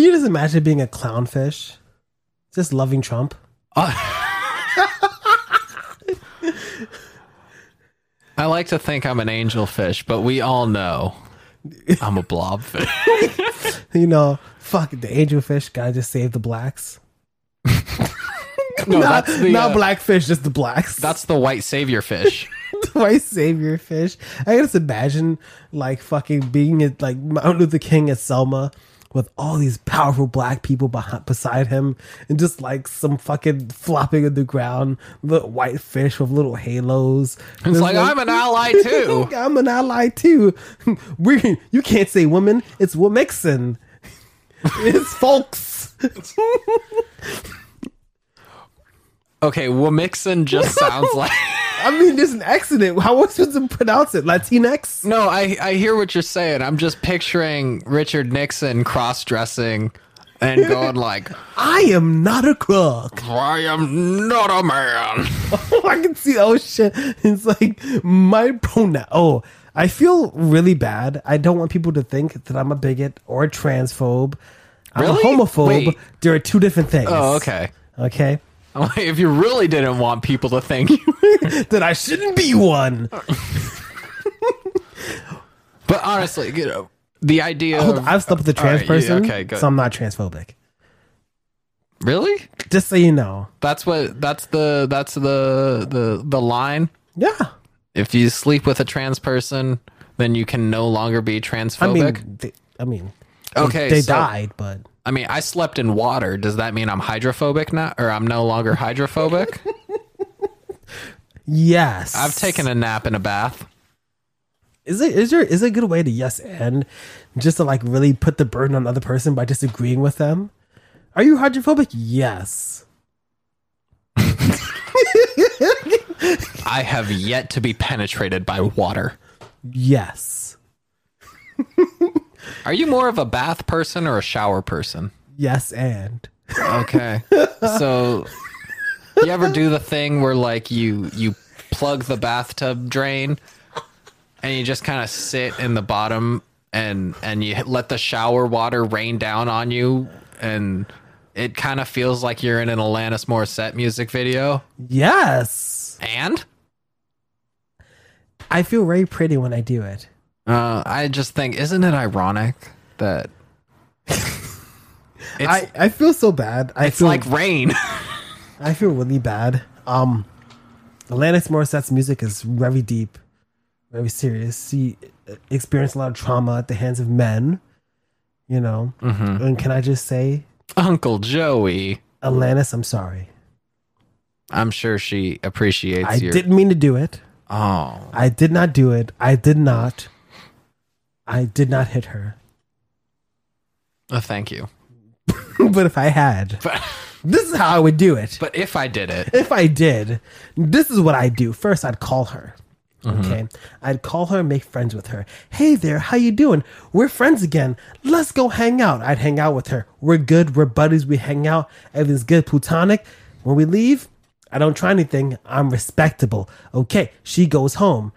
[SPEAKER 1] you just imagine being a clownfish? Just loving Trump.
[SPEAKER 2] uh, I like to think I'm an angelfish, but we all know I'm a blobfish.
[SPEAKER 1] You know, fuck the angelfish guy just saved the blacks.
[SPEAKER 2] No,
[SPEAKER 1] not
[SPEAKER 2] that's the
[SPEAKER 1] not
[SPEAKER 2] uh,
[SPEAKER 1] blackfish, just the blacks.
[SPEAKER 2] that's the white savior fish.
[SPEAKER 1] twice savior fish. I can just imagine like fucking being at, like Martin Luther King at Selma with all these powerful black people behind, beside him and just like some fucking flopping on the ground, little white fish with little halos.
[SPEAKER 2] It's like I'm an ally too.
[SPEAKER 1] I'm an ally too. We you can't say woman, it's Womixon. It's folks.
[SPEAKER 2] Okay, Wamixon just sounds like.
[SPEAKER 1] I mean, there's an accident. How was supposed to pronounce it? Latinx?
[SPEAKER 2] No, I I hear what you're saying. I'm just picturing Richard Nixon cross dressing and going like,
[SPEAKER 1] I am not a crook.
[SPEAKER 2] "I am not a man."
[SPEAKER 1] I can see. Oh shit! It's like my pronoun. Oh, I feel really bad. I don't want people to think that I'm a bigot or a transphobe. I'm
[SPEAKER 2] Really?
[SPEAKER 1] a homophobe.
[SPEAKER 2] Wait.
[SPEAKER 1] There are two different things.
[SPEAKER 2] Oh, okay.
[SPEAKER 1] Okay.
[SPEAKER 2] I'm like, if you really didn't want people to think,
[SPEAKER 1] that I
[SPEAKER 2] Uh,
[SPEAKER 1] shouldn't be one.
[SPEAKER 2] but honestly, you know, the idea
[SPEAKER 1] Hold
[SPEAKER 2] of
[SPEAKER 1] on, I've slept with a
[SPEAKER 2] all right,
[SPEAKER 1] trans
[SPEAKER 2] you-
[SPEAKER 1] person,
[SPEAKER 2] okay, good.
[SPEAKER 1] so I'm not transphobic.
[SPEAKER 2] really
[SPEAKER 1] Just so you know.
[SPEAKER 2] that's what that's the that's the the the line
[SPEAKER 1] Yeah.
[SPEAKER 2] if you sleep with a trans person then you can no longer be transphobic
[SPEAKER 1] I mean, they, I mean, they-
[SPEAKER 2] Okay,
[SPEAKER 1] they,
[SPEAKER 2] so-
[SPEAKER 1] died, but
[SPEAKER 2] I mean, I slept in water. Does that mean I'm hydrophobic now, or I'm no longer hydrophobic?
[SPEAKER 1] yes,
[SPEAKER 2] I've taken a nap in a bath.
[SPEAKER 1] Is it is there is it a good way to yes and just to like really put the burden on the other person by just agreeing with them? Are you hydrophobic? Yes.
[SPEAKER 2] I have yet to be penetrated by water.
[SPEAKER 1] Yes.
[SPEAKER 2] Are you more of a bath person or a shower person?
[SPEAKER 1] Yes and.
[SPEAKER 2] Okay. So, you ever do the thing where like you you plug the bathtub drain and you just kind of sit in the bottom and and you let the shower water rain down on you and it kind of feels like you're in an Alanis Morissette music video.
[SPEAKER 1] Yes.
[SPEAKER 2] And
[SPEAKER 1] I feel very pretty when I do it.
[SPEAKER 2] uh, I just think, isn't it ironic that it's,
[SPEAKER 1] I, I feel so bad. I
[SPEAKER 2] it's
[SPEAKER 1] feel
[SPEAKER 2] like rain?
[SPEAKER 1] I feel really bad. Um, Alanis Morissette's music is very deep, very serious. She experienced a lot of trauma at the hands of men, you know.
[SPEAKER 2] Mm-hmm.
[SPEAKER 1] And can I just say,
[SPEAKER 2] Uncle Joey,
[SPEAKER 1] Alanis, I'm sorry.
[SPEAKER 2] I'm sure she appreciates
[SPEAKER 1] I
[SPEAKER 2] your.
[SPEAKER 1] didn't mean to do it.
[SPEAKER 2] Oh,
[SPEAKER 1] I did not do it. I did not. I did not hit her.
[SPEAKER 2] oh, thank you.
[SPEAKER 1] but if I had,
[SPEAKER 2] But
[SPEAKER 1] this is how I would do it.
[SPEAKER 2] but if I did it,
[SPEAKER 1] if I did, this is what I'd do. First, I'd call her. Okay, I'd call her, make friends with her. Hey there, how you doing? We're friends again. Let's go hang out. I'd hang out with her. We're good. We're buddies. We hang out. Everything's good. Plutonic. When we leave, I don't try anything. I'm respectable. Okay, she goes home.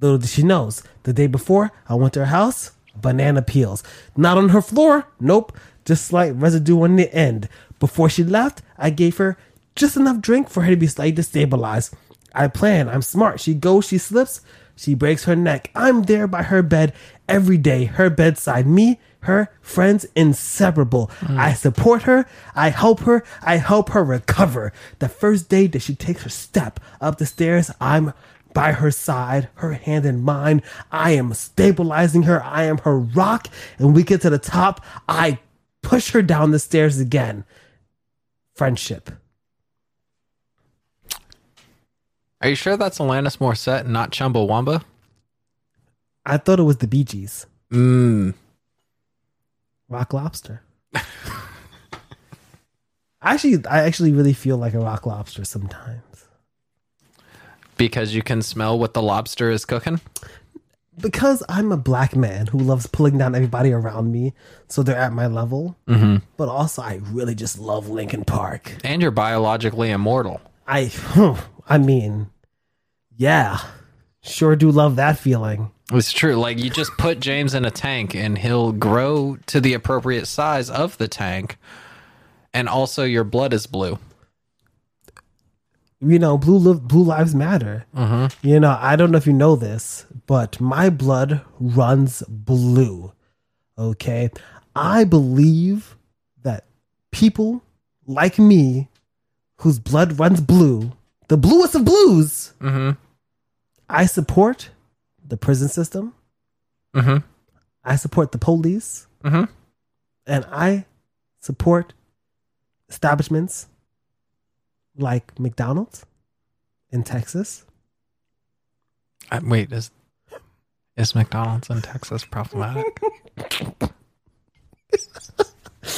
[SPEAKER 1] Little did she knows. The day before, I went to her house. Banana peels. Not on her floor. Nope. Just slight residue on the end. Before she left, I gave her just enough drink for her to be slightly destabilized. I plan. I'm smart. She goes. She slips. She breaks her neck. I'm there by her bed every day. Her bedside. Me, her friends, inseparable. I support her. I help her. I help her recover. The first day that she takes her step up the stairs, I'm by her side, her hand in mine. I am stabilizing her. I am her rock. And we get to the top. I push her down the stairs again. Friendship.
[SPEAKER 2] are you sure that's Alanis Morissette and not Chumbawamba?
[SPEAKER 1] I thought it was the Bee Gees.
[SPEAKER 2] Mm.
[SPEAKER 1] Rock lobster. actually, I actually really feel like a rock lobster sometimes
[SPEAKER 2] Because you can smell what the lobster is cooking.
[SPEAKER 1] because I'm a black man who loves pulling down everybody around me so they're at my level. But also, I really just love Linkin Park.
[SPEAKER 2] And you're biologically immortal.
[SPEAKER 1] I, I mean, yeah, sure do love that feeling.
[SPEAKER 2] It's true. Like you just put James in a tank and he'll grow to the appropriate size of the tank. And also your blood is blue.
[SPEAKER 1] you know, blue li- blue lives matter. You know, I don't know if you know this, but my blood runs blue. Okay, I believe that people like me, whose blood runs blue, the bluest of blues,
[SPEAKER 2] Mm-hmm.
[SPEAKER 1] I support the prison system.
[SPEAKER 2] Mm-hmm.
[SPEAKER 1] I support the police,
[SPEAKER 2] Mm-hmm.
[SPEAKER 1] and I support establishments like McDonald's in Texas.
[SPEAKER 2] Uh, wait, is is McDonald's in Texas problematic?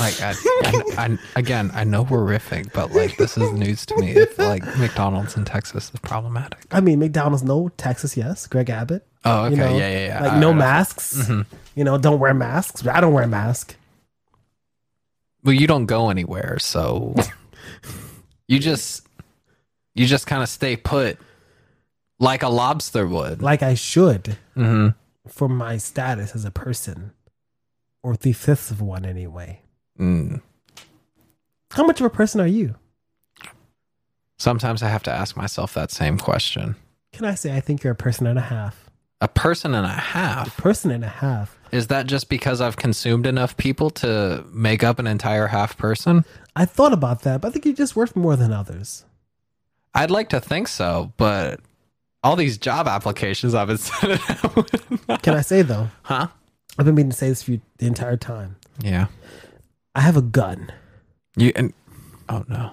[SPEAKER 2] like, I, I, I- again, I know we're riffing, but like, this is news to me. If like McDonald's in Texas is problematic.
[SPEAKER 1] I mean, McDonald's, no. Texas, yes. Greg Abbott.
[SPEAKER 2] Oh, okay,
[SPEAKER 1] You know,
[SPEAKER 2] yeah, yeah, yeah. Uh,
[SPEAKER 1] Like,
[SPEAKER 2] All
[SPEAKER 1] no
[SPEAKER 2] right.
[SPEAKER 1] masks. You know, don't wear masks. I don't wear a mask.
[SPEAKER 2] Well, you don't go anywhere, so you just you just kind of stay put, like a lobster would.
[SPEAKER 1] Like I should
[SPEAKER 2] Mm-hmm.
[SPEAKER 1] for my status as a person, or three fifths of one anyway.
[SPEAKER 2] Mm.
[SPEAKER 1] How much of a person are you?
[SPEAKER 2] Sometimes I have to ask myself that same question.
[SPEAKER 1] Can I say I think you're a person and a half?
[SPEAKER 2] A person and a half.
[SPEAKER 1] Person and a half.
[SPEAKER 2] Is that just because I've consumed enough people to make up an entire half person?
[SPEAKER 1] I thought about that, but I think you just worked more than others.
[SPEAKER 2] I'd like to think so, but all these job applications I've been sending out.
[SPEAKER 1] Can I say though?
[SPEAKER 2] huh?
[SPEAKER 1] I've been meaning to say this for you the entire time.
[SPEAKER 2] Yeah.
[SPEAKER 1] I have a gun.
[SPEAKER 2] You and oh no.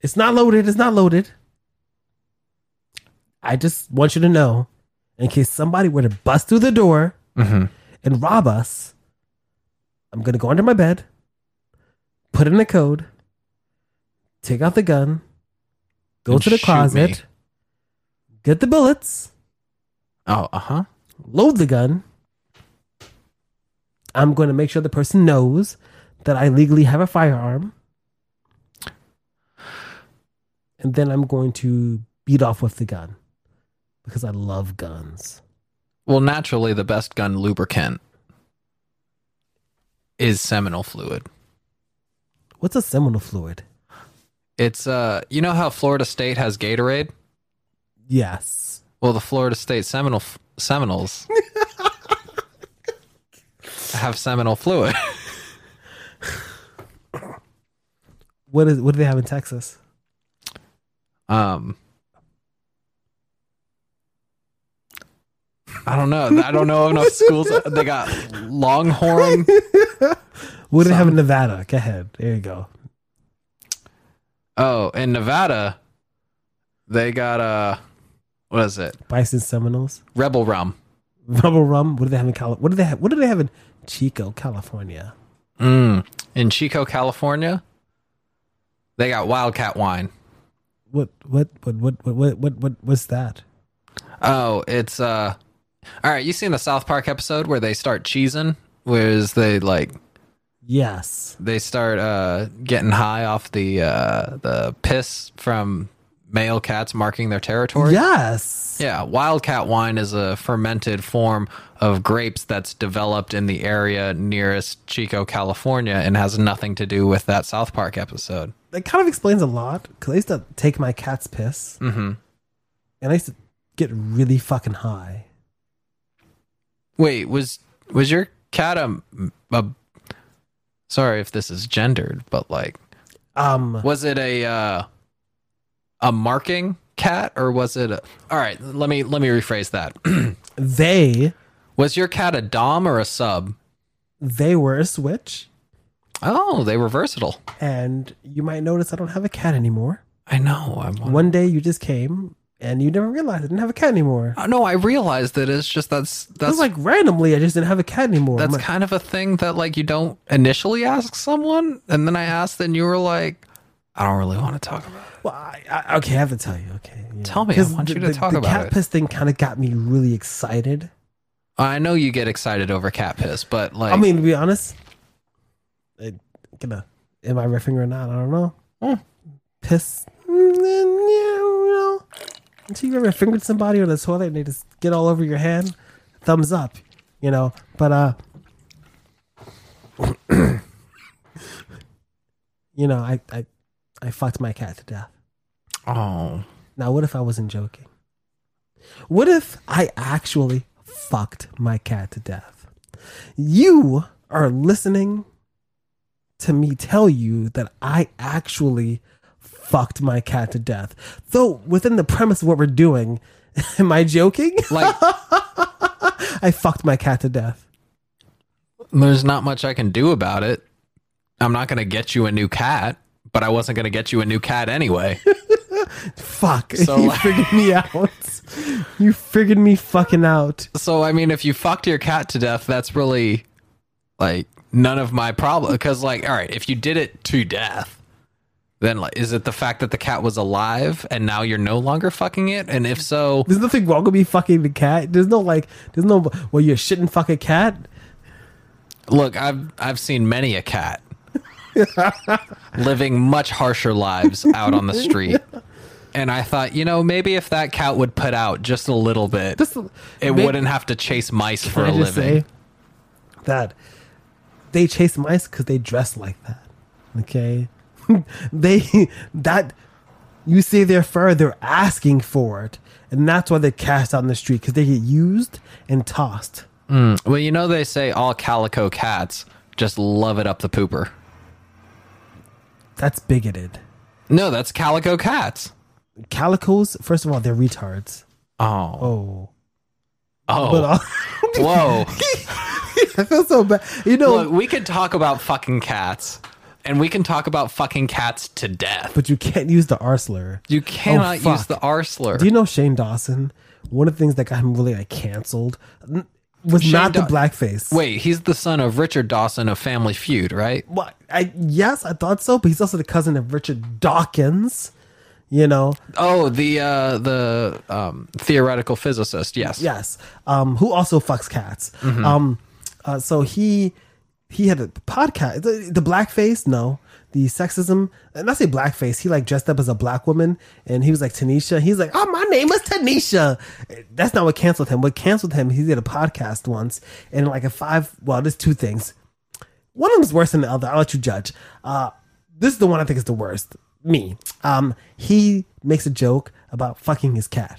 [SPEAKER 1] It's not loaded. It's not loaded. I just want you to know, in case somebody were to bust through the door
[SPEAKER 2] Mm-hmm.
[SPEAKER 1] and rob us, I'm gonna go under my bed, put in the code, take out the gun, go
[SPEAKER 2] And
[SPEAKER 1] to the
[SPEAKER 2] shoot me.
[SPEAKER 1] closet, get the bullets,
[SPEAKER 2] Oh, uh huh.
[SPEAKER 1] load the gun. I'm going to make sure the person knows that I legally have a firearm. And then I'm going to beat off with the gun because I love guns.
[SPEAKER 2] Well, naturally, the best gun lubricant is seminal fluid.
[SPEAKER 1] What's a seminal fluid?
[SPEAKER 2] It's uh, you know how Florida State has Gatorade.
[SPEAKER 1] Yes.
[SPEAKER 2] Well, the Florida State Seminole Seminoles have seminal fluid.
[SPEAKER 1] What is what do they have in Texas?
[SPEAKER 2] Um, I don't know. I don't know enough schools. They got Longhorn.
[SPEAKER 1] What do they have in Nevada? Go ahead. There you go.
[SPEAKER 2] Oh, in Nevada, they got uh, what is it?
[SPEAKER 1] Bison Seminoles.
[SPEAKER 2] Rebel rum.
[SPEAKER 1] Bubble rum. What do they have in Cali- What do they have? What do they have in Chico, California?
[SPEAKER 2] Mm. In Chico, California, they got Wildcat wine.
[SPEAKER 1] What what what what what what what, what what's that?
[SPEAKER 2] Oh, it's uh, all right. You seen the South Park episode where they start cheesing? Whereas they like
[SPEAKER 1] Yes.
[SPEAKER 2] they start uh getting high off the uh the piss from male cats marking their territory.
[SPEAKER 1] Yes.
[SPEAKER 2] Yeah, wildcat wine is a fermented form of grapes that's developed in the area nearest Chico, California, and has nothing to do with that South Park episode.
[SPEAKER 1] That kind of explains a lot because I used to take my cat's piss
[SPEAKER 2] Mm-hmm.
[SPEAKER 1] and I used to get really fucking high.
[SPEAKER 2] Wait, was was your cat a, a? Sorry if this is gendered, but like,
[SPEAKER 1] Um,
[SPEAKER 2] was it a uh, a marking cat or was it? A, all right, let me let me rephrase that.
[SPEAKER 1] they
[SPEAKER 2] was your cat a dom or a sub?
[SPEAKER 1] they were a switch,
[SPEAKER 2] Oh, they were versatile.
[SPEAKER 1] and you might notice I don't have a cat anymore.
[SPEAKER 2] I know. I'm
[SPEAKER 1] One day you just came and you never realized I didn't have a cat anymore.
[SPEAKER 2] Uh, No, I realize that it's just that's
[SPEAKER 1] It was
[SPEAKER 2] that's
[SPEAKER 1] like randomly I just didn't have a cat anymore. I'm
[SPEAKER 2] that's
[SPEAKER 1] like,
[SPEAKER 2] kind of a thing that like you don't initially ask someone, and then I asked, and you were like, "I don't really want to talk about." it.
[SPEAKER 1] well, I, I, okay, I have to tell you. Okay, yeah.
[SPEAKER 2] Tell me, I
[SPEAKER 1] 'Cause
[SPEAKER 2] want
[SPEAKER 1] the-
[SPEAKER 2] you to
[SPEAKER 1] the-
[SPEAKER 2] talk
[SPEAKER 1] the
[SPEAKER 2] about
[SPEAKER 1] cat
[SPEAKER 2] it.
[SPEAKER 1] piss thing. Kind of got me really excited.
[SPEAKER 2] I know you get excited over cat piss, but like,
[SPEAKER 1] I mean, to be honest, I, gonna am I riffing or not? I don't know.
[SPEAKER 2] Hmm.
[SPEAKER 1] Piss. Mm, yeah, you know. Until you ever fingered somebody on the toilet and they just get all over your hand, thumbs up, you know. But uh, you know, I I I fucked my cat to death.
[SPEAKER 2] oh,
[SPEAKER 1] Now, what if I wasn't joking? What if I actually fucked my cat to death? You are listening to me tell you that I actually fucked my cat to death. Though, within the premise of what we're doing, am I joking?
[SPEAKER 2] like
[SPEAKER 1] I fucked my cat to death.
[SPEAKER 2] there's not much I can do about it. I'm not gonna get you a new cat, but I wasn't gonna get you a new cat anyway.
[SPEAKER 1] Fuck.
[SPEAKER 2] So,
[SPEAKER 1] you
[SPEAKER 2] like-
[SPEAKER 1] figured me out. you figured me fucking out.
[SPEAKER 2] so I mean, if you fucked your cat to death, that's really like none of my problem. Because like, all right, if you did it to death, then like, is it the fact that the cat was alive and now you're no longer fucking it? And if so,
[SPEAKER 1] There's nothing wrong with me fucking the cat. There's no like, there's no, well, you shouldn't fuck a cat.
[SPEAKER 2] look, I've I've seen many a cat living much harsher lives out on the street. And I thought, you know, maybe if that cat would put out just a little bit,
[SPEAKER 1] Just a-
[SPEAKER 2] it
[SPEAKER 1] may-
[SPEAKER 2] wouldn't have to chase mice for
[SPEAKER 1] Can I
[SPEAKER 2] a
[SPEAKER 1] just
[SPEAKER 2] living.
[SPEAKER 1] say that they chase mice because they dress like that. Okay, they that you see their fur, they're asking for it, and that's why they're cast out in the street because they get used and tossed.
[SPEAKER 2] Hmm. Well, you know they say all calico cats just love it up the pooper.
[SPEAKER 1] That's bigoted.
[SPEAKER 2] No, that's calico cats.
[SPEAKER 1] Calicos, first of all, they're retards.
[SPEAKER 2] Oh,
[SPEAKER 1] Oh, but uh,
[SPEAKER 2] oh,
[SPEAKER 1] all,
[SPEAKER 2] whoa!
[SPEAKER 1] I feel so bad. You know,
[SPEAKER 2] Look, we could talk about fucking cats, and we can talk about fucking cats to death.
[SPEAKER 1] but you can't use the R slur.
[SPEAKER 2] You cannot
[SPEAKER 1] Oh,
[SPEAKER 2] use
[SPEAKER 1] fuck.
[SPEAKER 2] the R slur.
[SPEAKER 1] Do you know Shane Dawson? One of the things that got him really like canceled n- was not
[SPEAKER 2] Daw-
[SPEAKER 1] the blackface.
[SPEAKER 2] Wait, he's the son of Richard Dawson of Family Feud, right?
[SPEAKER 1] Well, I yes, I thought so, but he's also the cousin of Richard Dawkins. You know,
[SPEAKER 2] Oh, the uh, the um, theoretical physicist. Yes.
[SPEAKER 1] yes, um, who also fucks cats. Um, uh, so he he had a podcast. The, the blackface, no, the sexism. And I say blackface. He like dressed up as a black woman, and he was like Tanisha. He's like, oh, my name is Tanisha. That's not what canceled him. What canceled him? He did a podcast once, and like a five. Well, there's two things. one of them's worse than the other. I'll let you judge. Uh, this is the one I think is the worst. Me. Um, he makes a joke about fucking his cat,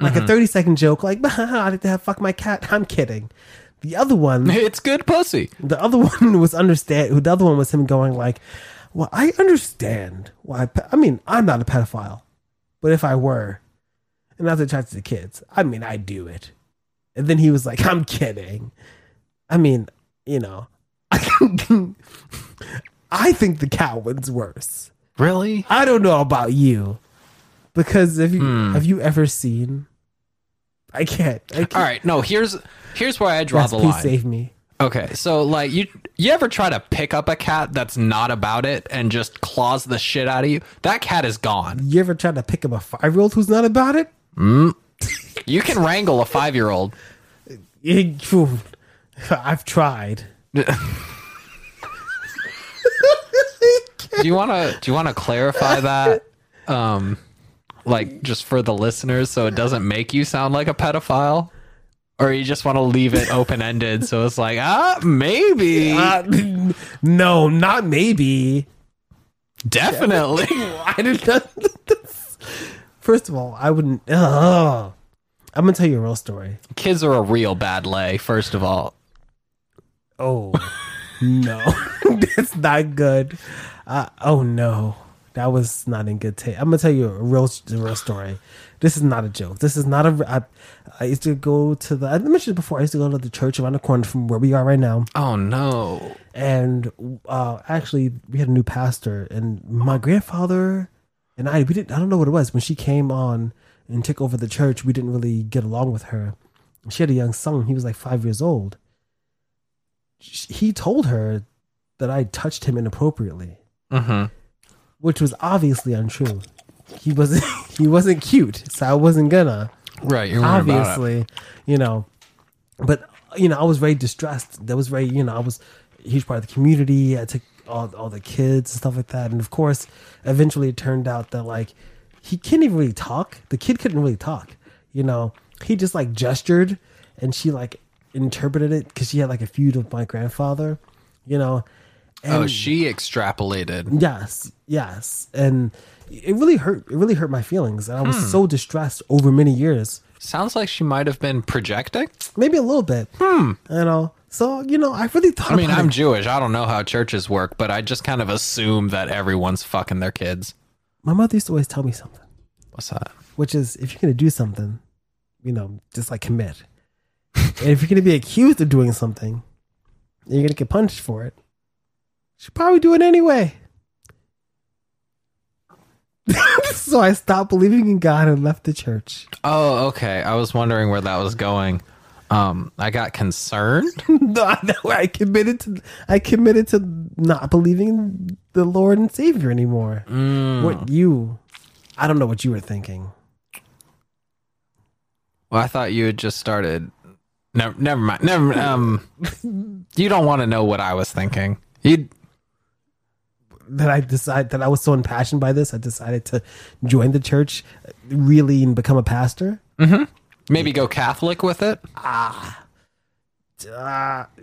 [SPEAKER 1] like a thirty second joke, like I did have fuck my cat. I'm kidding. The other one,
[SPEAKER 2] It's good pussy.
[SPEAKER 1] the other one was understand. The other one was him going like, "Well, I understand why. pe- I mean, I'm not a pedophile, but if I were, and I was attracted to kids, I mean, I'd do it." And then he was like, "I'm kidding." I mean, you know, I think the cat one's worse.
[SPEAKER 2] Really?
[SPEAKER 1] I don't know about you, because if you have you ever seen, I can't. I can't.
[SPEAKER 2] Hmm. All right. No. Here's here's where I draw
[SPEAKER 1] Yes,
[SPEAKER 2] the
[SPEAKER 1] please
[SPEAKER 2] line.
[SPEAKER 1] save me.
[SPEAKER 2] Okay, so like you you ever try to pick up a cat that's not about it and just claws the shit out of you? That cat is gone.
[SPEAKER 1] You ever tried to pick up a five year old who's not about it?
[SPEAKER 2] You can wrangle a 5-year-old.
[SPEAKER 1] It- phew. I've tried.
[SPEAKER 2] Do you want to do you want to clarify that um like just for the listeners so it doesn't make you sound like a pedophile? Or you just want to leave it open-ended so it's like, "Ah, maybe.
[SPEAKER 1] Uh, no, not maybe.
[SPEAKER 2] definitely."
[SPEAKER 1] I did not. First of all, I wouldn't. Ugh. I'm gonna tell you a real story.
[SPEAKER 2] Kids are a real bad lay, first of all.
[SPEAKER 1] Oh no, that's not good. Uh, oh no, that was not in good taste. I'm gonna tell you a real, a real story. This is not a joke. This is not a. I, I used to go to the. I mentioned it before. I used to go to the church around the corner from where we are right now,
[SPEAKER 2] Oh no.
[SPEAKER 1] and uh, actually, we had a new pastor, and my grandfather and I. We didn't. I don't know what it was when she came on and took over the church. We didn't really get along with her. She had a young son. He was like five years old sh- he told her that I touched him inappropriately,
[SPEAKER 2] Mhm.
[SPEAKER 1] which was obviously untrue. He wasn't he wasn't cute, so I wasn't gonna
[SPEAKER 2] Right, you're right about it.
[SPEAKER 1] obviously, you know. But you know, I was very distressed. That was very, you know, I was a huge part of the community. I took all all the kids and stuff like that, and of course, eventually it turned out that like he couldn't even really talk. The kid couldn't really talk. You know, he just like gestured, and she like interpreted it because she had like a feud with my grandfather. You know,
[SPEAKER 2] Oh, she extrapolated.
[SPEAKER 1] Yes, yes, and it really hurt. It really hurt my feelings, and I was so distressed over many years.
[SPEAKER 2] Sounds like she might have been projecting.
[SPEAKER 1] maybe a little bit. Hmm. You know, so you know, I really thought.
[SPEAKER 2] I mean,
[SPEAKER 1] about
[SPEAKER 2] I'm
[SPEAKER 1] it.
[SPEAKER 2] Jewish. I don't know how churches work, but I just kind of assume that everyone's fucking their kids.
[SPEAKER 1] my mother used to always tell me something,
[SPEAKER 2] What's that?
[SPEAKER 1] which is if you're gonna do something, you know, just like commit. and if you're gonna be accused of doing something, and you're gonna get punished for it, you should probably do it anyway. so I stopped believing in God and left the church.
[SPEAKER 2] Oh, okay. I was wondering where that was going. Um, I got concerned.
[SPEAKER 1] no, no, I committed to I committed to not believing in the Lord and Savior anymore. What you? I don't know what you were thinking.
[SPEAKER 2] Well, I thought you had just started. No, never mind. Never. Um, you don't want to know what I was thinking. You.
[SPEAKER 1] That I decided that I was so impassioned by this, I decided to join the church, really, and become a pastor.
[SPEAKER 2] Maybe go Catholic with it.
[SPEAKER 1] Uh,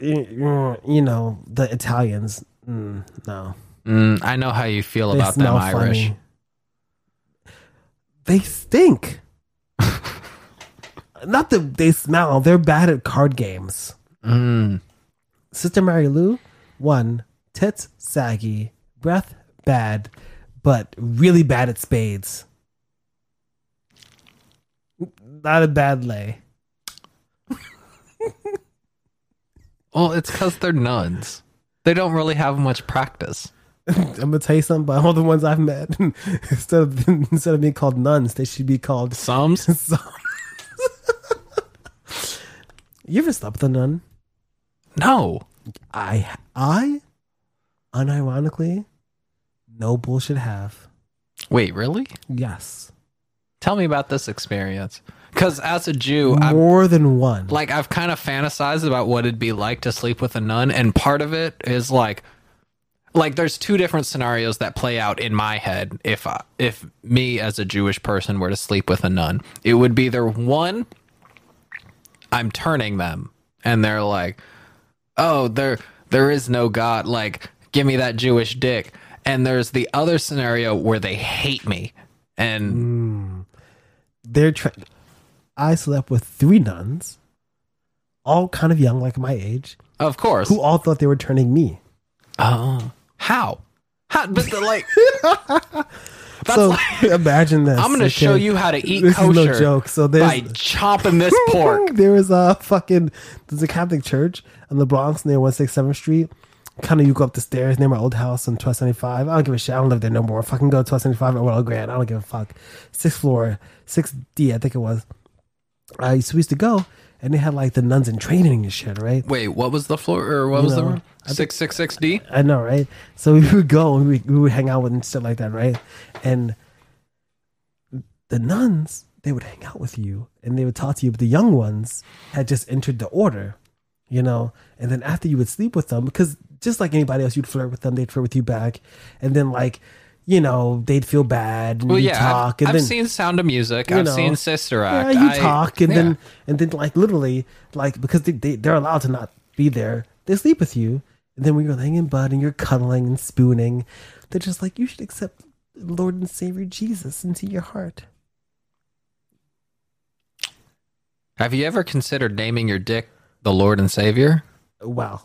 [SPEAKER 1] you know, the Italians. Mm, no,
[SPEAKER 2] Mm, I know how you feel
[SPEAKER 1] they
[SPEAKER 2] about them
[SPEAKER 1] smell
[SPEAKER 2] Irish.
[SPEAKER 1] funny. They stink. Not that they smell, they're bad at card games.
[SPEAKER 2] Mm.
[SPEAKER 1] Sister Mary Lou, one, tits saggy, breath bad, but really bad at spades. Not a bad lay.
[SPEAKER 2] Well, it's because they're nuns. They don't really have much practice.
[SPEAKER 1] I'm gonna tell you something about all the ones I've met. instead of instead of being called nuns, they should be called
[SPEAKER 2] Psalms?
[SPEAKER 1] Zombies. you ever slept with a nun?
[SPEAKER 2] No.
[SPEAKER 1] I, I, unironically, no bullshit have.
[SPEAKER 2] Wait, really?
[SPEAKER 1] Yes,
[SPEAKER 2] Tell me about this experience. Because as a Jew, I'm
[SPEAKER 1] more than one.
[SPEAKER 2] like I've kind of fantasized about what it'd be like to sleep with a nun, and part of it is like, like there's two different scenarios that play out in my head. If I, if me as a Jewish person were to sleep with a nun, it would be either one, I'm turning them, and they're like, oh there there is no god like give me that jewish dick and there's the other scenario where they hate me and
[SPEAKER 1] They're. Tra- I slept with three nuns, all kind of young, like my age,
[SPEAKER 2] of course
[SPEAKER 1] who all thought they were turning me.
[SPEAKER 2] oh how how but the, like that's
[SPEAKER 1] so
[SPEAKER 2] like,
[SPEAKER 1] imagine this.
[SPEAKER 2] i'm gonna
[SPEAKER 1] okay?
[SPEAKER 2] show you how to eat
[SPEAKER 1] This
[SPEAKER 2] kosher
[SPEAKER 1] is no joke. So there's
[SPEAKER 2] by chopping this pork
[SPEAKER 1] There was a fucking there's a Catholic church in the Bronx near 167th Street. Kind of you go up the stairs near my old house on 1275. I don't give a shit. I don't live there no more. Fucking go to 1275 or Royal Grand. I don't give a fuck. Sixth floor, 6D, I think it was. I used to, we used to go and they had like the nuns in training and shit, right?
[SPEAKER 2] wait what was the floor or what was the
[SPEAKER 1] know,
[SPEAKER 2] room 666d
[SPEAKER 1] I know, right? So we would go and we, we would hang out with and stuff like that, right? And the nuns, they would hang out with you and they would talk to you, but the young ones had just entered the order, you know? And then after you would sleep with them, because just like anybody else, you'd flirt with them, they'd flirt with you back. And then, like, you know, they'd feel bad and
[SPEAKER 2] well
[SPEAKER 1] you'd
[SPEAKER 2] yeah I've-
[SPEAKER 1] talk.
[SPEAKER 2] i've,
[SPEAKER 1] and then,
[SPEAKER 2] seen sound of music i've
[SPEAKER 1] know,
[SPEAKER 2] seen sister act
[SPEAKER 1] yeah, you
[SPEAKER 2] Uh, I-
[SPEAKER 1] talk, and
[SPEAKER 2] yeah.
[SPEAKER 1] then and then like literally like because they, they they're allowed to not be there, they sleep with you, and then when you're laying in bed and you're cuddling and spooning, they're just like you should accept Lord and Savior Jesus into your heart.
[SPEAKER 2] have you ever considered naming your dick the lord and savior
[SPEAKER 1] Wow,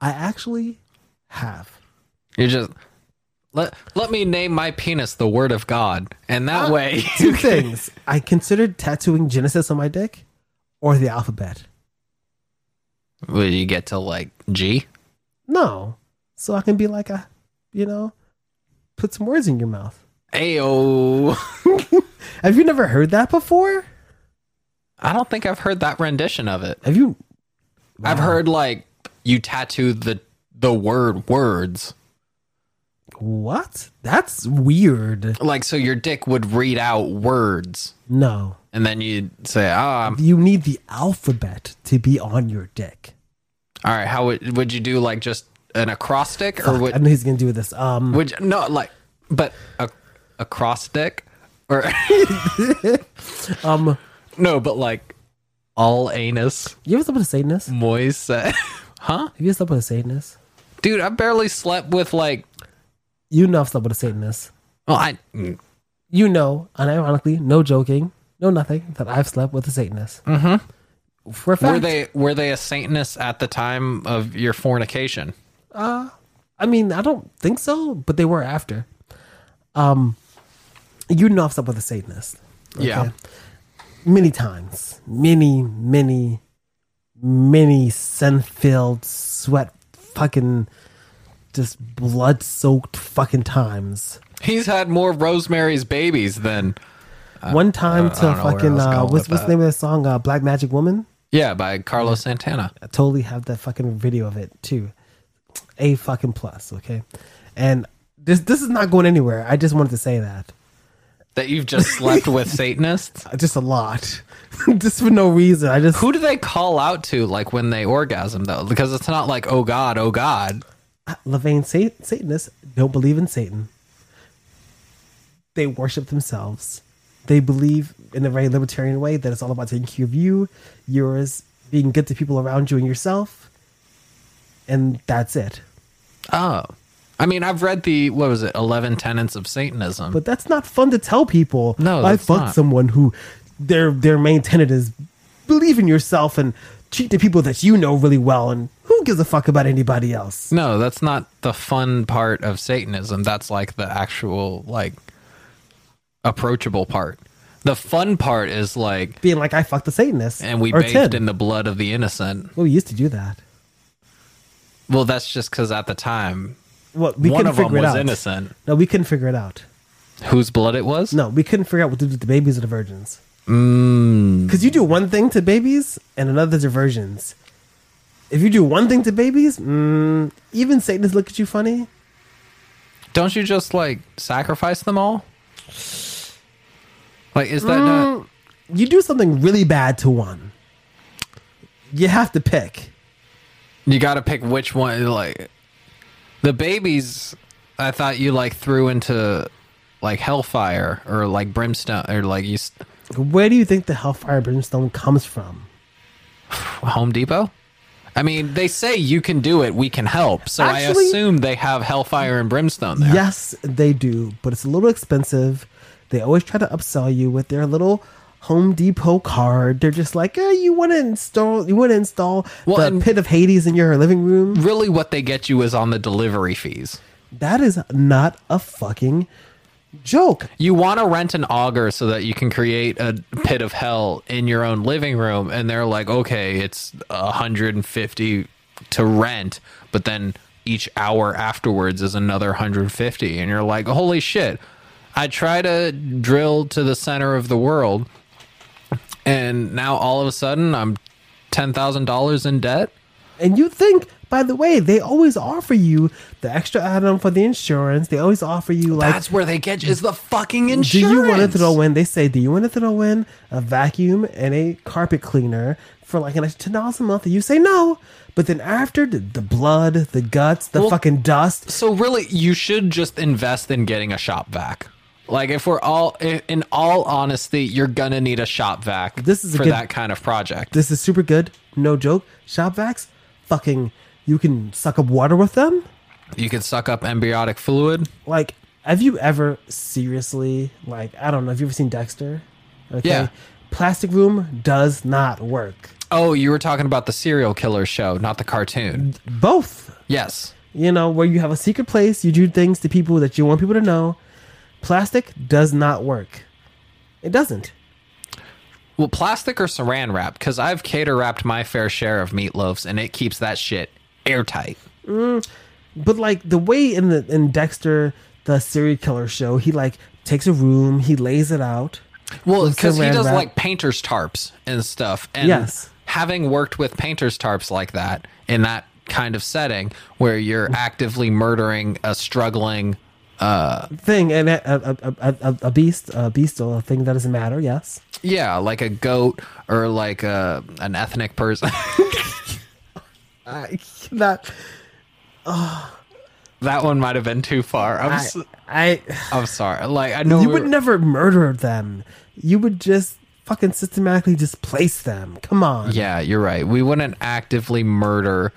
[SPEAKER 1] I actually have.
[SPEAKER 2] You're just let let me name my penis the word of God, and that
[SPEAKER 1] Uh,
[SPEAKER 2] way
[SPEAKER 1] Two things. I considered tattooing Genesis on my dick or the alphabet.
[SPEAKER 2] will you get to like G.
[SPEAKER 1] No. So I can be like a you know, put some words in your mouth.
[SPEAKER 2] Ayo.
[SPEAKER 1] Have you never heard that before?
[SPEAKER 2] I don't think I've heard that rendition of it.
[SPEAKER 1] Have you?
[SPEAKER 2] I've
[SPEAKER 1] Wow.
[SPEAKER 2] heard like you tattoo the the word words.
[SPEAKER 1] What? That's weird.
[SPEAKER 2] Like so your dick would read out words
[SPEAKER 1] No.
[SPEAKER 2] and then you'd say, "Ah, I'm-
[SPEAKER 1] You need the alphabet to be on your dick.
[SPEAKER 2] all right, how would would you do like just an acrostic or
[SPEAKER 1] Fuck, I
[SPEAKER 2] would
[SPEAKER 1] know he's going to do this. Um,
[SPEAKER 2] would you, no like but a acrostic or
[SPEAKER 1] um,
[SPEAKER 2] no, but like all anus
[SPEAKER 1] you ever slept with a Satanist? Have
[SPEAKER 2] Moise said, huh?
[SPEAKER 1] you ever slept with a Satanist?
[SPEAKER 2] Dude, I barely slept with like,
[SPEAKER 1] You know I've slept with a Satanist.
[SPEAKER 2] well, I,
[SPEAKER 1] You know, unironically, no joking, no nothing, that I've slept with a Satanist. Mm-hmm. For a fact.
[SPEAKER 2] were they, were they a Satanist at the time of your fornication?
[SPEAKER 1] I mean, I don't think so, but they were after. Um, you know I've slept with a Satanist.
[SPEAKER 2] Yeah.
[SPEAKER 1] many times, many, many, many sun filled, sweat fucking, just blood soaked fucking times.
[SPEAKER 2] He's had more Rosemary's babies than,
[SPEAKER 1] One time
[SPEAKER 2] I
[SPEAKER 1] to
[SPEAKER 2] don't know where I
[SPEAKER 1] fucking,
[SPEAKER 2] was
[SPEAKER 1] uh,
[SPEAKER 2] going
[SPEAKER 1] what's,
[SPEAKER 2] with
[SPEAKER 1] what's the name of that song? Uh, Black Magic Woman?
[SPEAKER 2] yeah, by Carlos Santana.
[SPEAKER 1] I totally have that fucking video of it too. A fucking plus, okay? And this this is not going anywhere. I just wanted to say that.
[SPEAKER 2] That you've just slept with Satanists?
[SPEAKER 1] Just a lot. just for no reason. I just
[SPEAKER 2] Who do they call out to like when they orgasm though? Because it's not like, oh God, oh God.
[SPEAKER 1] Levain Sat- Satanists don't believe in Satan. They worship themselves. They believe in a very libertarian way that it's all about taking care of you, yours, being good to people around you and yourself. And that's it.
[SPEAKER 2] Oh. I mean, I've read the what was it, Eleven Tenets of Satanism.
[SPEAKER 1] But that's not fun to tell people.
[SPEAKER 2] No,
[SPEAKER 1] I
[SPEAKER 2] that's
[SPEAKER 1] fucked
[SPEAKER 2] not.
[SPEAKER 1] someone who their their main tenet is believe in yourself and treat the people that you know really well, and who gives a fuck about anybody else?
[SPEAKER 2] no, that's not the fun part of Satanism. That's like the actual like approachable part. The fun part is like,
[SPEAKER 1] Being like I fucked the Satanist,
[SPEAKER 2] and we
[SPEAKER 1] or
[SPEAKER 2] bathed
[SPEAKER 1] Ted.
[SPEAKER 2] in the blood of the innocent.
[SPEAKER 1] Well, we used to do that.
[SPEAKER 2] Well, that's just because at the time,
[SPEAKER 1] Well, we
[SPEAKER 2] one
[SPEAKER 1] couldn't
[SPEAKER 2] of them
[SPEAKER 1] figure
[SPEAKER 2] was
[SPEAKER 1] it out.
[SPEAKER 2] innocent.
[SPEAKER 1] No, we couldn't figure it out.
[SPEAKER 2] Whose blood it was?
[SPEAKER 1] No, we couldn't figure out what to do with the babies or the virgins.
[SPEAKER 2] Mm.
[SPEAKER 1] Because you do one thing to babies and another to virgins. If you do one thing to babies, mm, even Satanists look at you funny.
[SPEAKER 2] Don't you just like sacrifice them all? Like, is that not?
[SPEAKER 1] You do something really bad to one. You have to pick.
[SPEAKER 2] You got to pick which one. Like, the babies, I thought you like threw into like hellfire or like brimstone or like you s-
[SPEAKER 1] Where do you think the Hellfire Brimstone comes from?
[SPEAKER 2] Home Depot. I mean, they say you can do it, we can help. So I
[SPEAKER 1] Actually-
[SPEAKER 2] assume they have hellfire and brimstone there.
[SPEAKER 1] Yes, they do, but it's a little expensive. They always try to upsell you with their little Home Depot card. They're just like, eh, you want to install, you want to install
[SPEAKER 2] Well,
[SPEAKER 1] the
[SPEAKER 2] and-
[SPEAKER 1] pit of Hades in your living room.
[SPEAKER 2] Really, what they get you is on the delivery fees.
[SPEAKER 1] That is not a fucking joke.
[SPEAKER 2] You want to rent an auger so that you can create a pit of hell in your own living room, and they're like, okay, it's 150 to rent, but then each hour afterwards is another 150, and you're like, holy shit! I try to drill to the center of the world, and now all of a sudden I'm ten thousand dollars in debt.
[SPEAKER 1] And you think, by the way, they always offer you the extra add-on for the insurance. They always offer you like
[SPEAKER 2] That's where they get you, is the fucking insurance.
[SPEAKER 1] Do you want to throw in? They say, do you want to throw in a vacuum and a carpet cleaner for like an extra ten dollars a month? And you say no, but then after the, the blood, the guts, the fucking dust.
[SPEAKER 2] So really, you should just invest in getting a shop vac. Like if we're all i- in all honesty, you're gonna need a shop vac.
[SPEAKER 1] This is a
[SPEAKER 2] for
[SPEAKER 1] good-
[SPEAKER 2] that kind of project.
[SPEAKER 1] This is super good, no joke. Shop vacs, fucking, you can suck up water with them.
[SPEAKER 2] you could suck up embryonic fluid.
[SPEAKER 1] Like, have you ever seriously like I don't know? Have you ever seen Dexter? Okay.
[SPEAKER 2] Yeah.
[SPEAKER 1] Plastic room does not work.
[SPEAKER 2] Oh, you were talking about the serial killer show, not the cartoon.
[SPEAKER 1] Both
[SPEAKER 2] Yes.
[SPEAKER 1] you know, where you have a secret place, you do things to people that you want people to know. Plastic does not work. It doesn't.
[SPEAKER 2] Well, plastic or saran wrap? Because I've cater wrapped my fair share of meatloafs, and it keeps that shit airtight.
[SPEAKER 1] But like the way in the in Dexter, the serial killer show, he like takes a room, he lays it out.
[SPEAKER 2] Well,
[SPEAKER 1] With
[SPEAKER 2] because he
[SPEAKER 1] saran
[SPEAKER 2] does
[SPEAKER 1] wrap.
[SPEAKER 2] like painter's tarps and stuff. And
[SPEAKER 1] Yes.
[SPEAKER 2] having worked with painter's tarps like that in that kind of setting where you're actively murdering a struggling,
[SPEAKER 1] Thing and a, a, a, a, a beast, a beast, or a thing that doesn't matter. Yes,
[SPEAKER 2] yeah, like a goat or like a, an ethnic person.
[SPEAKER 1] I cannot.
[SPEAKER 2] that one might have been too far. I'm,
[SPEAKER 1] I,
[SPEAKER 2] s
[SPEAKER 1] I
[SPEAKER 2] am sorry. Like, I know
[SPEAKER 1] you
[SPEAKER 2] we
[SPEAKER 1] would
[SPEAKER 2] were-
[SPEAKER 1] never murder them. You would just fucking systematically displace them. Come on.
[SPEAKER 2] Yeah, you're right. We wouldn't actively murder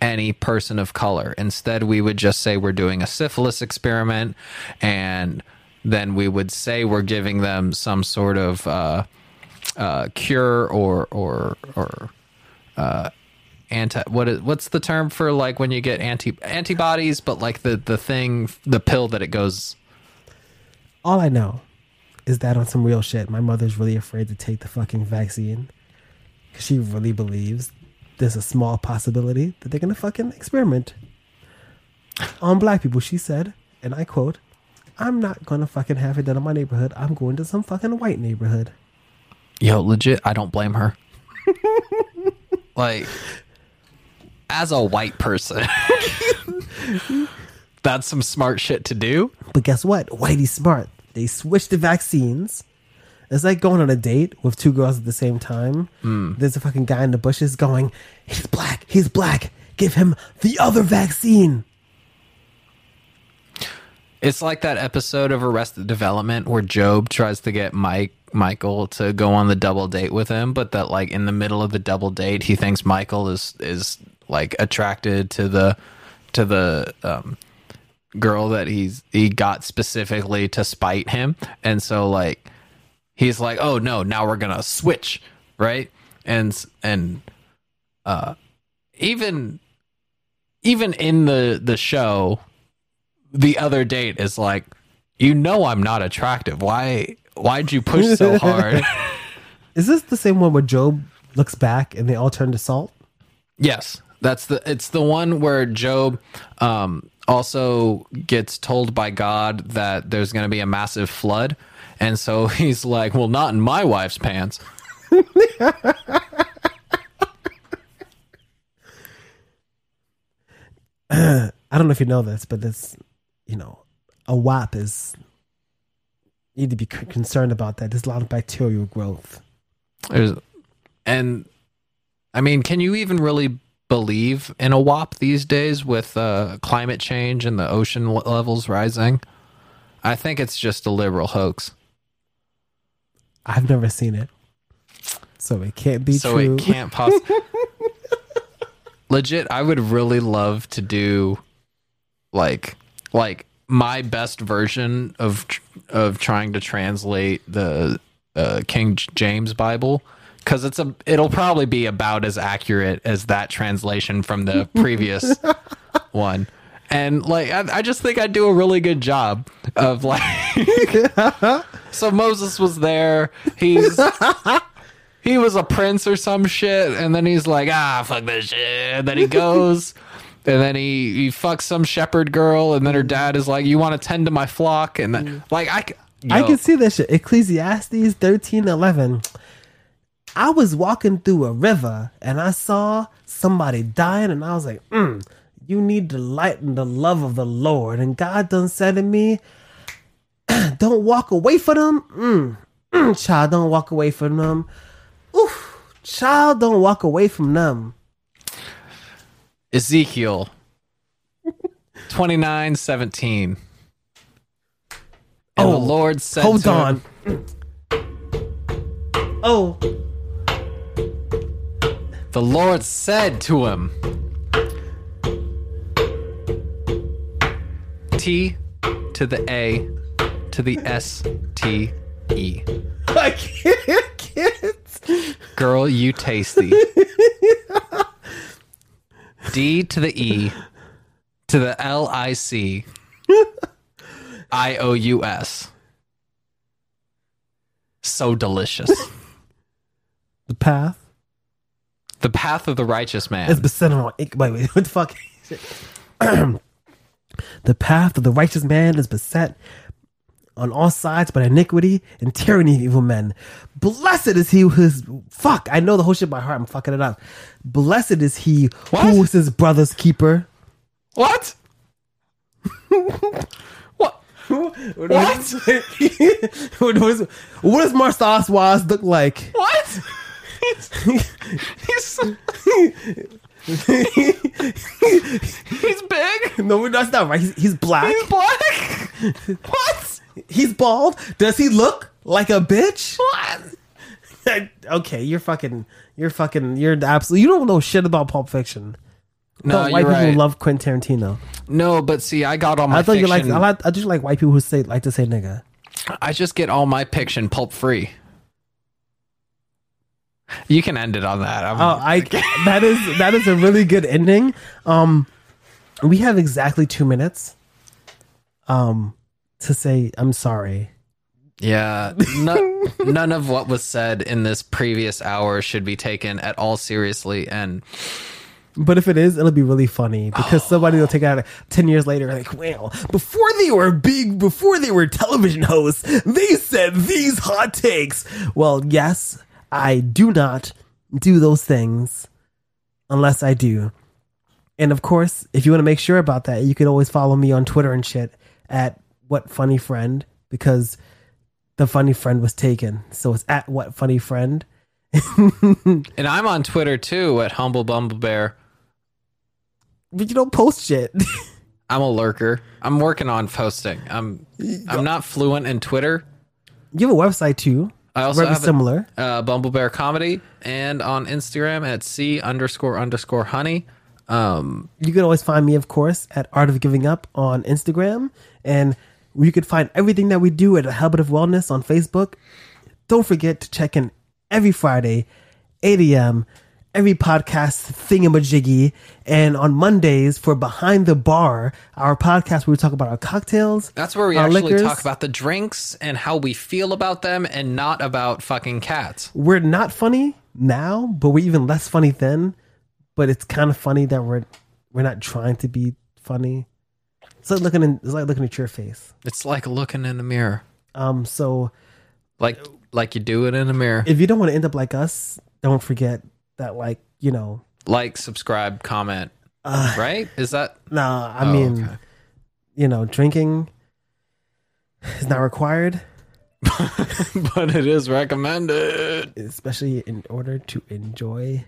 [SPEAKER 2] any person of color. Instead, we would just say we're doing a syphilis experiment, and then we would say we're giving them some sort of uh, uh, cure or or or uh, anti. What is what's the term for like when you get anti antibodies? But like the the thing, the pill that it goes.
[SPEAKER 1] All I know is that on some real shit, my mother's really afraid to take the fucking vaccine. 'Cause She really believes there's a small possibility that they're gonna fucking experiment on black people. She said, and I quote, "I'm not gonna fucking have it done in my neighborhood. I'm going to some fucking white neighborhood."
[SPEAKER 2] Yo, legit, I don't blame her. like, as a white person, that's some smart shit to do.
[SPEAKER 1] But guess what? Whitey smart. They switched the vaccines. It's like going on a date with two girls at the same time.
[SPEAKER 2] Hmm.
[SPEAKER 1] There's a fucking guy in the bushes going, "He's black. He's black. Give him the other vaccine."
[SPEAKER 2] It's like that episode of Arrested Development where Job tries to get Mike Michael to go on the double date with him, but that like in the middle of the double date, he thinks Michael is is like attracted to the to the um girl that he's he got specifically to spite him, and so like he's like, oh no, now we're gonna switch, right? And and uh, even even in the the show, the other date is like, you know, I'm not attractive. Why why'd you push so hard?
[SPEAKER 1] Is this the same one where Job looks back and they all turn to salt?
[SPEAKER 2] Yes, that's the it's the one where Job um, also gets told by God that there's going to be a massive flood, and so he's like, "Well, not in my wife's pants."
[SPEAKER 1] I don't know if you know this, but this, you know, a WAP is you need to be c- concerned about that. There's a lot of bacterial growth.
[SPEAKER 2] There's, and I mean, can you even really believe in a WAP these days with uh, climate change and the ocean le- levels rising? I think it's just a liberal hoax.
[SPEAKER 1] I've never seen it, so it can't be
[SPEAKER 2] so
[SPEAKER 1] true.
[SPEAKER 2] it can't possibly. Legit, I would really love to do, like, like my best version of tr- of trying to translate the uh, King J- James Bible because it's a it'll probably be about as accurate as that translation from the previous one. And like, I, I just think I do a really good job of like. so Moses was there. He's he was a prince or some shit, and then he's like, ah, fuck this shit. And then he goes, and then he he fucks some shepherd girl, and then her dad is like, you want to tend to my flock, and then like I. c-
[SPEAKER 1] Mm. I
[SPEAKER 2] yo,
[SPEAKER 1] can see that shit. Ecclesiastes thirteen eleven. I was walking through a river and I saw somebody dying, and I was like, mm, "You need the light and the love of the Lord." And God done said to me, "Don't walk away from them, mm, mm, child. Don't walk away from them. Oof, child. Don't walk away from them."
[SPEAKER 2] Ezekiel twenty nine seventeen. And
[SPEAKER 1] Oh,
[SPEAKER 2] the Lord said,
[SPEAKER 1] Hold
[SPEAKER 2] to
[SPEAKER 1] on.
[SPEAKER 2] him-
[SPEAKER 1] Oh,
[SPEAKER 2] The Lord said to him, T to the A to the S T E.
[SPEAKER 1] I can't. I can't.
[SPEAKER 2] Girl, you tasty. D to the E to the L I C I O U S. So delicious.
[SPEAKER 1] The path.
[SPEAKER 2] The path of the righteous man.
[SPEAKER 1] It's beset on wait, wait, what the fuck? the path of the righteous man is beset on all sides by iniquity and tyranny of evil men. Blessed is he who is fuck. I know the whole shit by heart. I'm fucking it up. Blessed is he
[SPEAKER 2] What?
[SPEAKER 1] who is his brother's keeper.
[SPEAKER 2] What? what?
[SPEAKER 1] What? what does Marcel Oswald look like?
[SPEAKER 2] What? He's, he's, he's big.
[SPEAKER 1] No, that's not right. He's, he's black.
[SPEAKER 2] He's black. What?
[SPEAKER 1] He's bald. Does he look like a bitch?
[SPEAKER 2] What?
[SPEAKER 1] okay, you're fucking, you're fucking, you're absolutely. You don't know shit about Pulp Fiction.
[SPEAKER 2] No,
[SPEAKER 1] But white
[SPEAKER 2] you're
[SPEAKER 1] people
[SPEAKER 2] right.
[SPEAKER 1] love Quentin Tarantino.
[SPEAKER 2] no, but see, I got all my.
[SPEAKER 1] I thought you
[SPEAKER 2] fiction,
[SPEAKER 1] like. I, like, I just like white people who say like to say nigga.
[SPEAKER 2] I just get all my fiction pulp free. You can end it on that. I'm,
[SPEAKER 1] Oh, I that is that is a really good ending. Um, we have exactly two minutes. Um, to say I'm sorry.
[SPEAKER 2] Yeah, no, none of what was said in this previous hour should be taken at all seriously, and
[SPEAKER 1] But if it is, it'll be really funny because
[SPEAKER 2] Oh.
[SPEAKER 1] somebody will take it out like, ten years later, like, well, before they were big, before they were television hosts, they said these hot takes. Well, yes, I do not do those things unless I do. And of course, if you want to make sure about that, you can always follow me on Twitter and shit at what funny friend because the funny friend was taken, so it's at what funny friend.
[SPEAKER 2] and I'm on Twitter too at humble bumble bear.
[SPEAKER 1] But you don't post shit.
[SPEAKER 2] I'm a lurker. I'm working on posting. I'm I'm not fluent in Twitter.
[SPEAKER 1] you have a website too.
[SPEAKER 2] I also
[SPEAKER 1] Very
[SPEAKER 2] have a-
[SPEAKER 1] similar.
[SPEAKER 2] uh, Bumblebear Comedy and on Instagram at C underscore underscore honey. Um,
[SPEAKER 1] You can always find me, of course, at Art of Giving Up on Instagram. And you could find everything that we do at Habit of Wellness on Facebook. Don't forget to check in every Friday, 8 a.m., every podcast thingamajiggy. And on Mondays for Behind the Bar, our podcast where we talk about our cocktails.
[SPEAKER 2] that's where we
[SPEAKER 1] our
[SPEAKER 2] actually
[SPEAKER 1] liquors.
[SPEAKER 2] talk about the drinks and how we feel about them, and not about fucking cats.
[SPEAKER 1] We're not funny now, but we're even less funny then. But it's kind of funny that we're we're not trying to be funny. It's like looking in, it's like looking at your face.
[SPEAKER 2] It's like looking in the mirror,
[SPEAKER 1] Um, so
[SPEAKER 2] like like you do it in a mirror.
[SPEAKER 1] if you don't want to end up like us, don't forget that, like, you know,
[SPEAKER 2] like, subscribe, comment.
[SPEAKER 1] Uh,
[SPEAKER 2] right? Is that?
[SPEAKER 1] nah, I
[SPEAKER 2] Oh,
[SPEAKER 1] mean,
[SPEAKER 2] okay.
[SPEAKER 1] you know, drinking is not required,
[SPEAKER 2] but it is recommended.
[SPEAKER 1] especially in order to enjoy